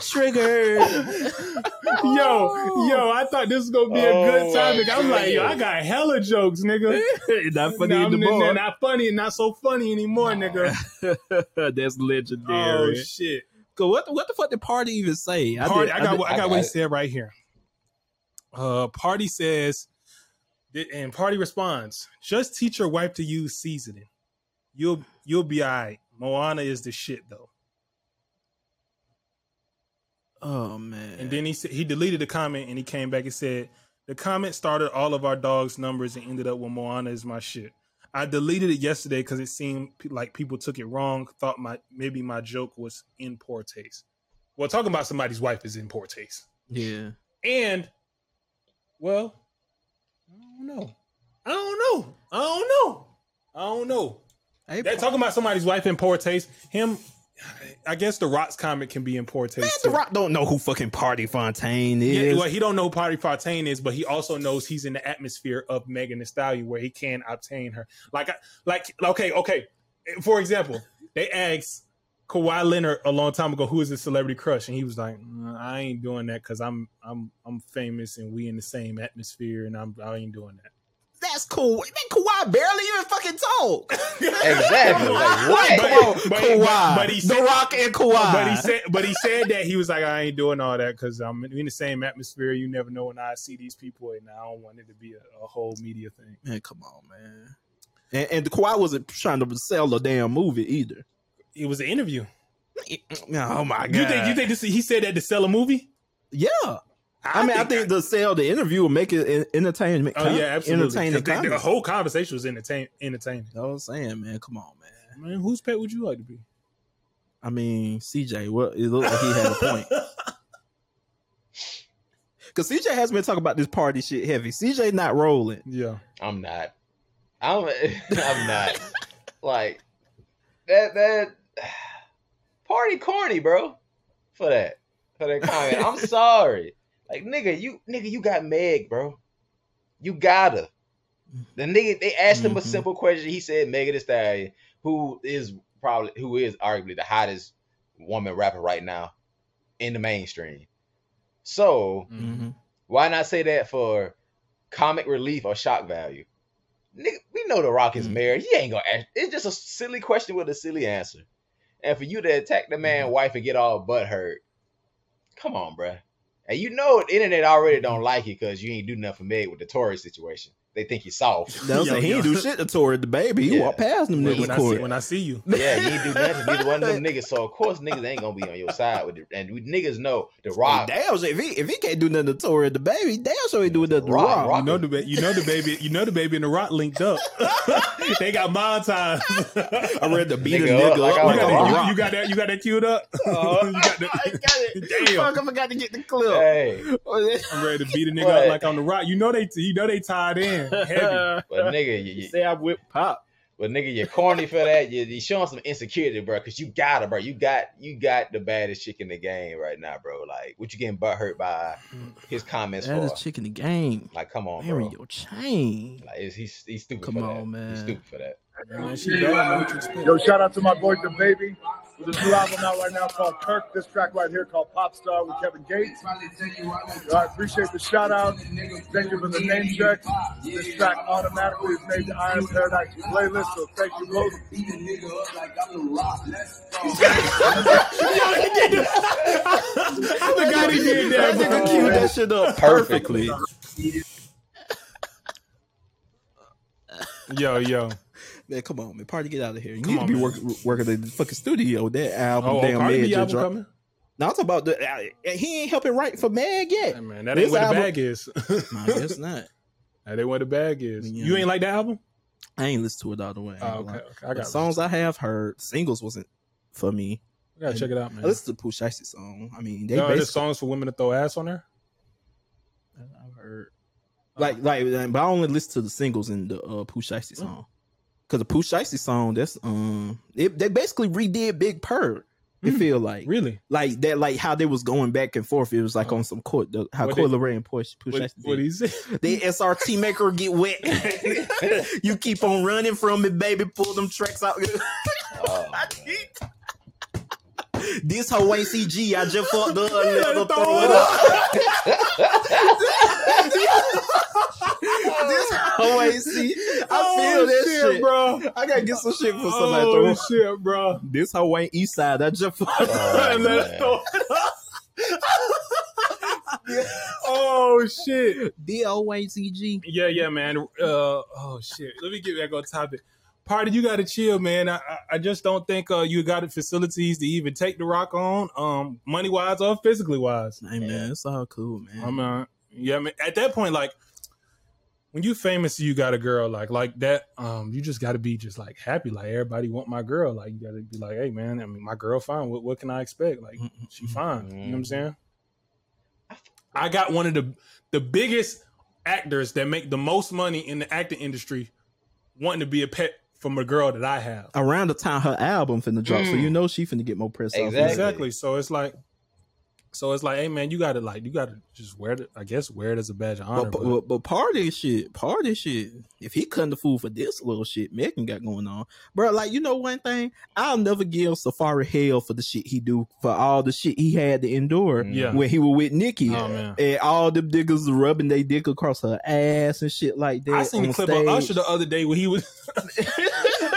Speaker 4: Trigger.
Speaker 2: Yo, yo, I thought this was gonna be a
Speaker 4: Oh,
Speaker 2: good
Speaker 4: my
Speaker 2: topic. I'm like, yo, I
Speaker 4: goodness.
Speaker 2: got hella jokes, nigga.
Speaker 4: [laughs] Not funny
Speaker 2: Now I'm in
Speaker 4: anymore.
Speaker 2: there, Not funny and not so funny anymore, nigga.
Speaker 4: [laughs] that's legendary.
Speaker 2: Oh, shit.
Speaker 4: Go what? What the fuck did party even say?
Speaker 2: Party, I, got, what- I got what he
Speaker 4: did-
Speaker 2: said right here. Uh, Party says, and Party responds, "Just teach your wife to use seasoning. You'll you'll be all right. Moana is the shit though."
Speaker 4: Oh man.
Speaker 2: And then he said he deleted the comment and he came back and said, "The comment started all of our dogs' numbers and ended up with Moana is my shit." I deleted it yesterday because it seemed pe- like people took it wrong, thought my maybe my joke was in poor taste. Well, talking about somebody's wife is in poor taste.
Speaker 4: Yeah.
Speaker 2: And well, I don't know. I don't know. I don't know. I don't know. They're talking about somebody's wife in poor taste. Him, I guess the Rock's comment can be in poor taste.
Speaker 4: The
Speaker 2: too.
Speaker 4: Rock don't know who fucking Party Fontaine
Speaker 2: Yeah,
Speaker 4: is.
Speaker 2: well, he don't know who Party Fontaine is, but he also knows he's in the atmosphere of Megan Thee Stallion where he can obtain her. Like, I- like, okay, okay. For example, they asked Kawhi Leonard a long time ago who is his celebrity crush, and he was like, "Mm, "I ain't doing that because I'm I'm I'm famous and we in the same atmosphere, and I'm I ain't doing that."
Speaker 4: That's cool. Man, Kawhi barely even fucking talk.
Speaker 2: Exactly. [laughs]
Speaker 4: Like, what? Come on, Kawhi. The Rock and Kawhi.
Speaker 2: But he said, but he said that he was like, I ain't doing all that because I'm in the same atmosphere. You never know when I see these people, and I don't want it to be a, a whole media thing.
Speaker 4: Man, come on, man. And, and Kawhi wasn't trying to sell the damn movie either.
Speaker 2: It was an interview.
Speaker 4: Oh my god!
Speaker 2: You think you think this? He said that to sell a movie.
Speaker 4: Yeah. I, mean, I think the sell the interview will make it en- entertainment.
Speaker 2: Oh
Speaker 4: con-
Speaker 2: yeah, absolutely. 'Cause
Speaker 4: Entertaining.
Speaker 2: they- the
Speaker 4: content.
Speaker 2: whole conversation was entertain, entertaining.
Speaker 4: I was saying, man, come on,
Speaker 2: man. Man, whose pet would you like to be? [laughs]
Speaker 4: I mean, CJ, well, it looked like he had a point. because CJ has been talking about this party shit heavy. CJ not rolling.
Speaker 2: Yeah,
Speaker 3: I'm not. I'm [laughs] I'm not. like that that [sighs] party corny, bro. For that. For that comment. I'm sorry. Like nigga, you nigga, you got Meg, bro. You gotta. The nigga they asked him a simple question. He said Megan Thee Stallion, who is probably who is arguably the hottest woman rapper right now in the mainstream. So
Speaker 4: Mm-hmm.
Speaker 3: why not say that for comic relief or shock value? Nigga, we know The Rock is
Speaker 4: Mm.
Speaker 3: married. He ain't gonna ask. It's just a silly question with a silly answer. And for you to attack the man
Speaker 4: Mm.
Speaker 3: wife and get all butt hurt, come on, bruh. And you know the internet already
Speaker 4: Mm.
Speaker 3: don't like you because you ain't do nothing for Meg with the Tory situation. They think you soft.
Speaker 4: That was
Speaker 3: Yo,
Speaker 4: saying, he
Speaker 3: yo.
Speaker 4: ain't do shit to Tory the baby. He
Speaker 3: Yeah.
Speaker 4: walked past them
Speaker 3: When-
Speaker 4: niggas
Speaker 3: when I see-
Speaker 4: court.
Speaker 3: when
Speaker 2: I see you.
Speaker 3: Yeah, you ain't do nothing. Neither one of them niggas. So of course niggas ain't gonna be on your side with it. And we niggas know the Rock.
Speaker 4: Damn, if he if he can't do nothing to Tory the baby, damn sure he do nothing to Rock.
Speaker 2: You know the ba- you know the baby you know the baby and the rock linked up. [laughs] they got montage. I
Speaker 4: read the
Speaker 2: beat
Speaker 4: a Nigga up, nigga like up
Speaker 2: you,
Speaker 4: I was
Speaker 2: got
Speaker 4: The
Speaker 2: that,
Speaker 4: Rock.
Speaker 2: you got that you got that queued up. [laughs]
Speaker 4: Oh,
Speaker 2: you got
Speaker 4: [laughs]
Speaker 2: that. [laughs]
Speaker 16: Damn. Fuck, I forgot to get the clip.
Speaker 2: I'm ready to beat a nigga
Speaker 16: What?
Speaker 2: up like on the rock. You know they you know they tied
Speaker 4: [laughs]
Speaker 2: in heavy.
Speaker 3: But nigga, you, say
Speaker 4: I whip pop.
Speaker 3: But nigga, you're corny for that. You, you showing some insecurity, bro. Cause you got it, bro. You got you got the baddest chick in the game right now, bro. Like, what you getting butt hurt by his comments
Speaker 4: That is
Speaker 3: for?
Speaker 4: chicken the game.
Speaker 3: Like, come on,
Speaker 4: Marry
Speaker 3: bro.
Speaker 4: your chain.
Speaker 3: Like, is he's he's stupid
Speaker 4: Come
Speaker 3: for
Speaker 4: on,
Speaker 3: that.
Speaker 4: man.
Speaker 3: He's stupid for
Speaker 4: [laughs]
Speaker 3: that.
Speaker 17: Yo, shout out to my boy The Baby with a new album out right now called Kirk. This track right here called Pop Star with Kevin Gates. I appreciate the shout out. Thank you for the name check. This track automatically is made to Iron Paradise playlist, so thank you both.
Speaker 2: I forgot he did that.
Speaker 4: That nigga queued that shit up
Speaker 3: perfectly.
Speaker 2: Yo, yo.
Speaker 4: Man, come on, man. Party, get out of here. You
Speaker 2: Come
Speaker 4: need
Speaker 2: on,
Speaker 4: to be
Speaker 2: man.
Speaker 4: working working the fucking studio. That album,
Speaker 2: Oh,
Speaker 4: damn
Speaker 2: Cardi B
Speaker 4: Meg just
Speaker 2: album
Speaker 4: dropped.
Speaker 2: coming?
Speaker 4: Now I'm talking about the. uh, he ain't helping right for Meg yet.
Speaker 2: Man, that ain't where the bag is. [laughs]
Speaker 4: Nah, that's not.
Speaker 2: That ain't where the bag is. You ain't like that album?
Speaker 4: [laughs] I ain't listened to it all the way.
Speaker 2: Oh, okay, okay. I got
Speaker 4: The
Speaker 2: it.
Speaker 4: songs I have heard, singles wasn't for me.
Speaker 2: I gotta check it out, man.
Speaker 4: I listened to Pooh Shiesty song. I mean, they
Speaker 2: Yo, there's
Speaker 4: basically
Speaker 2: songs for women to throw ass on there.
Speaker 4: I've heard. like like, like, but I only listen to the singles in the uh, Pooh Shiesty song. Cause the Pooh Shiesty song, that's um, it, they basically redid Big Purr. It feel like
Speaker 2: really
Speaker 4: like that, like how they was going back and forth. It was like on some court, the, how
Speaker 2: What
Speaker 4: Coil
Speaker 2: they-
Speaker 4: Ray and Push Pooh
Speaker 2: what-
Speaker 4: Shiesty
Speaker 2: what
Speaker 4: did.
Speaker 2: he said?
Speaker 4: They SRT maker
Speaker 2: [laughs]
Speaker 4: get wet. you keep on running from it, baby. Pull them tracks out.
Speaker 3: Oh,
Speaker 4: this hoe ain't CG. I just fucked [laughs] up. Let her throw it up. this hoe ain't C. I feel
Speaker 2: Oh,
Speaker 4: that
Speaker 2: shit,
Speaker 4: shit,
Speaker 2: bro.
Speaker 4: I gotta get some shit for somebody. to
Speaker 2: Oh
Speaker 4: throw.
Speaker 2: shit, bro.
Speaker 4: This hoe ain't East Side. I just
Speaker 2: [laughs]
Speaker 4: fucked up.
Speaker 2: man.
Speaker 4: Let her throw it up.
Speaker 2: [laughs] Oh shit.
Speaker 4: D O A C G.
Speaker 2: Yeah, yeah, man. Uh oh shit. Let me get back on topic. Party, you gotta chill, man. I I- I just don't think uh you got the facilities to even take the rock on, um, money wise or physically wise.
Speaker 4: Hey man, it's all cool, man.
Speaker 2: I'm uh yeah, I mean at that point, like when you famous you got a girl like like that, um, you just gotta be just like happy, like everybody want my girl. Like you gotta be like, hey man, I mean my girl fine. What what can I expect? Like she fine. You know what I'm saying? I got one of the the biggest actors that make the most money in the acting industry wanting to be a pet from a girl that I have.
Speaker 4: Around the time her album finna drop, so
Speaker 2: Mm.
Speaker 4: you know she finna get more press. off of it.
Speaker 2: Exactly. So it's like, so it's like, hey man, you gotta like, you gotta just wear it. I guess wear it as a badge of honor.
Speaker 4: But, but, but, party shit, party shit. If he couldn't the fool for this little shit Megan got going on, bro, like you know one thing, I'll never give Safari hell for the shit he do for all the shit he had to endure
Speaker 2: Yeah.
Speaker 4: when he was with Nikki
Speaker 2: Oh, man.
Speaker 4: and all them niggas rubbing they dick across her ass and shit like that.
Speaker 2: I seen
Speaker 4: on
Speaker 2: a clip
Speaker 4: stage.
Speaker 2: of Usher the other day where he was, [laughs] and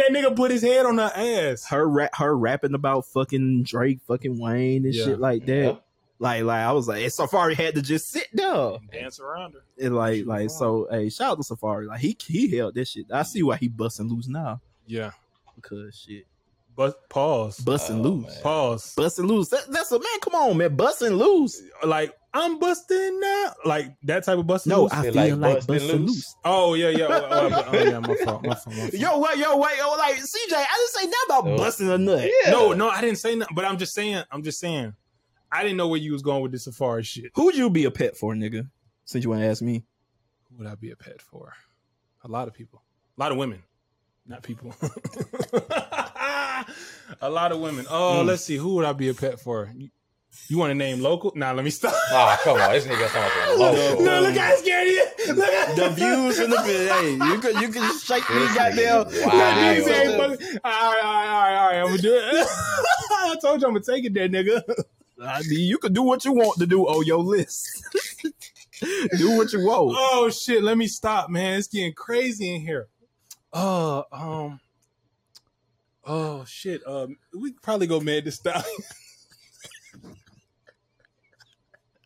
Speaker 2: that nigga put his head on her ass.
Speaker 4: Her rap, her rapping about fucking Drake, fucking Wayne and
Speaker 2: Yeah.
Speaker 4: shit like that.
Speaker 2: Yeah.
Speaker 4: Like, like I was like, and Safari had to just sit there.
Speaker 2: dance around her.
Speaker 4: And like, like so, hey, shout out to Safari. Like he he held this shit. I see why he busting loose now.
Speaker 2: Yeah,
Speaker 4: because shit.
Speaker 2: But pause.
Speaker 4: Busting loose.
Speaker 2: Pause.
Speaker 4: Busting loose. That, that's a man. Come on, man. Busting loose.
Speaker 2: Like I'm busting now. Like that type of busting.
Speaker 4: No,
Speaker 2: loose?
Speaker 4: I feel like busting loose.
Speaker 2: Oh yeah, yeah. Oh, oh, oh, yeah, my fault. My fault. My fault.
Speaker 4: Yo, wait, yo, wait, yo, like CJ, I didn't say nothing about busting a nut.
Speaker 2: No, no, I didn't say nothing. But I'm just saying. I'm just saying. I didn't know where you was going with this Safari shit.
Speaker 4: Who would you be a pet for, nigga? Since you want to ask me.
Speaker 2: Who would I be a pet for? A lot of people. A lot of women. Not people. [laughs] a lot of women. Oh,
Speaker 3: Mm.
Speaker 2: let's see. Who would I be a pet for? You, want to name local? Nah, let me
Speaker 4: [laughs]
Speaker 2: stop.
Speaker 3: Ah, come on, this nigga talking
Speaker 2: Look-
Speaker 3: local.
Speaker 2: no, look how scared he is. Look at [laughs]
Speaker 4: Oh, The views in the hey, you could you could shake me
Speaker 3: This
Speaker 4: goddamn.
Speaker 3: nigga
Speaker 2: Nah, these ain't
Speaker 4: goddamn-
Speaker 2: fucking- all right, all right, all right, all right. I'm gonna do it. [laughs] I told you I'm gonna take it there, nigga.
Speaker 4: [laughs] I mean, you could do what you want to do on your list. [laughs] do what you want.
Speaker 2: Oh shit, let me stop, man. It's getting crazy in here. Uh, um, oh shit. Um, we could probably go mad to stop.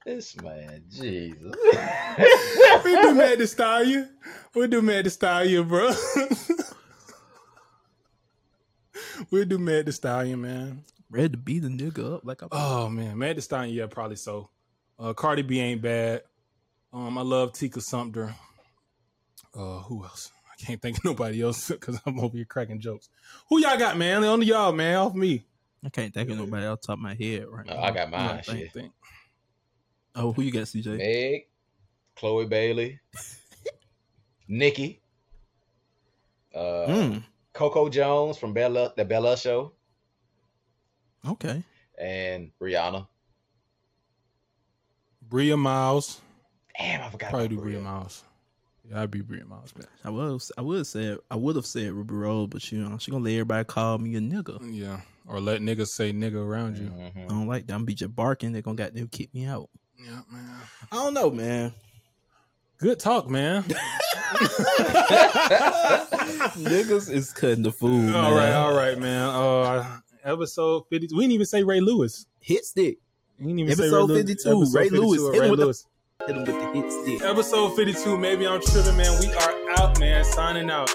Speaker 3: This man,
Speaker 4: [laughs]
Speaker 3: Jesus.
Speaker 2: we do mad to style you. We do mad to style you, bro. [laughs] we do mad to style you, man.
Speaker 4: Red to beat the nigga up like a
Speaker 2: Oh man, Mad Thee Stallion, yeah, probably so. Uh, Cardi B ain't bad. Um, I love Tika Sumpter. Uh, who else? I can't think of nobody else [laughs] because I'm over here cracking jokes. Who y'all got, man? Only y'all, man. Off me.
Speaker 4: I can't think of nobody off the top of my head right now.
Speaker 3: I got mine.
Speaker 4: Yeah, think-
Speaker 3: shit.
Speaker 2: think.
Speaker 4: Oh, who you got, CJ?
Speaker 3: Meg, Chloe
Speaker 2: [laughs]
Speaker 3: Bailey, Nikki, uh,
Speaker 2: Hmm.
Speaker 4: Mm.
Speaker 3: Coco Jones from Bella the Bella Show,
Speaker 4: Okay.
Speaker 3: and Rihanna.
Speaker 2: Bria Miles.
Speaker 3: Damn, I forgot.
Speaker 2: Probably do Bria Miles. Yeah, I'd be Bria Miles, man.
Speaker 4: I was I would say I would have said Ruby Road, but you know she gonna let everybody call me a nigga.
Speaker 2: Yeah, or let niggas say nigga around you.
Speaker 3: Mm-hmm.
Speaker 4: I don't like that. I'm be just barking. They gonna goddamn kick me out.
Speaker 2: Yeah, man.
Speaker 4: I don't know, man.
Speaker 2: Good talk,
Speaker 4: [laughs]
Speaker 2: man.
Speaker 4: Niggas is cutting the food.
Speaker 2: All right,
Speaker 4: man.
Speaker 2: all right, man. Uh, episode fifty. We didn't even say Ray Lewis.
Speaker 4: Hit stick.
Speaker 2: We didn't even say
Speaker 4: Episode
Speaker 2: Ray Lew-
Speaker 4: fifty two.
Speaker 2: episode
Speaker 4: Ray
Speaker 2: 52
Speaker 4: Lewis.
Speaker 2: of
Speaker 4: Hit
Speaker 2: Ray
Speaker 4: him with
Speaker 2: Lewis.
Speaker 4: the hit him with the hit stick.
Speaker 2: Episode 52. Maybe I'm tripping, man. We are out, man. Signing out.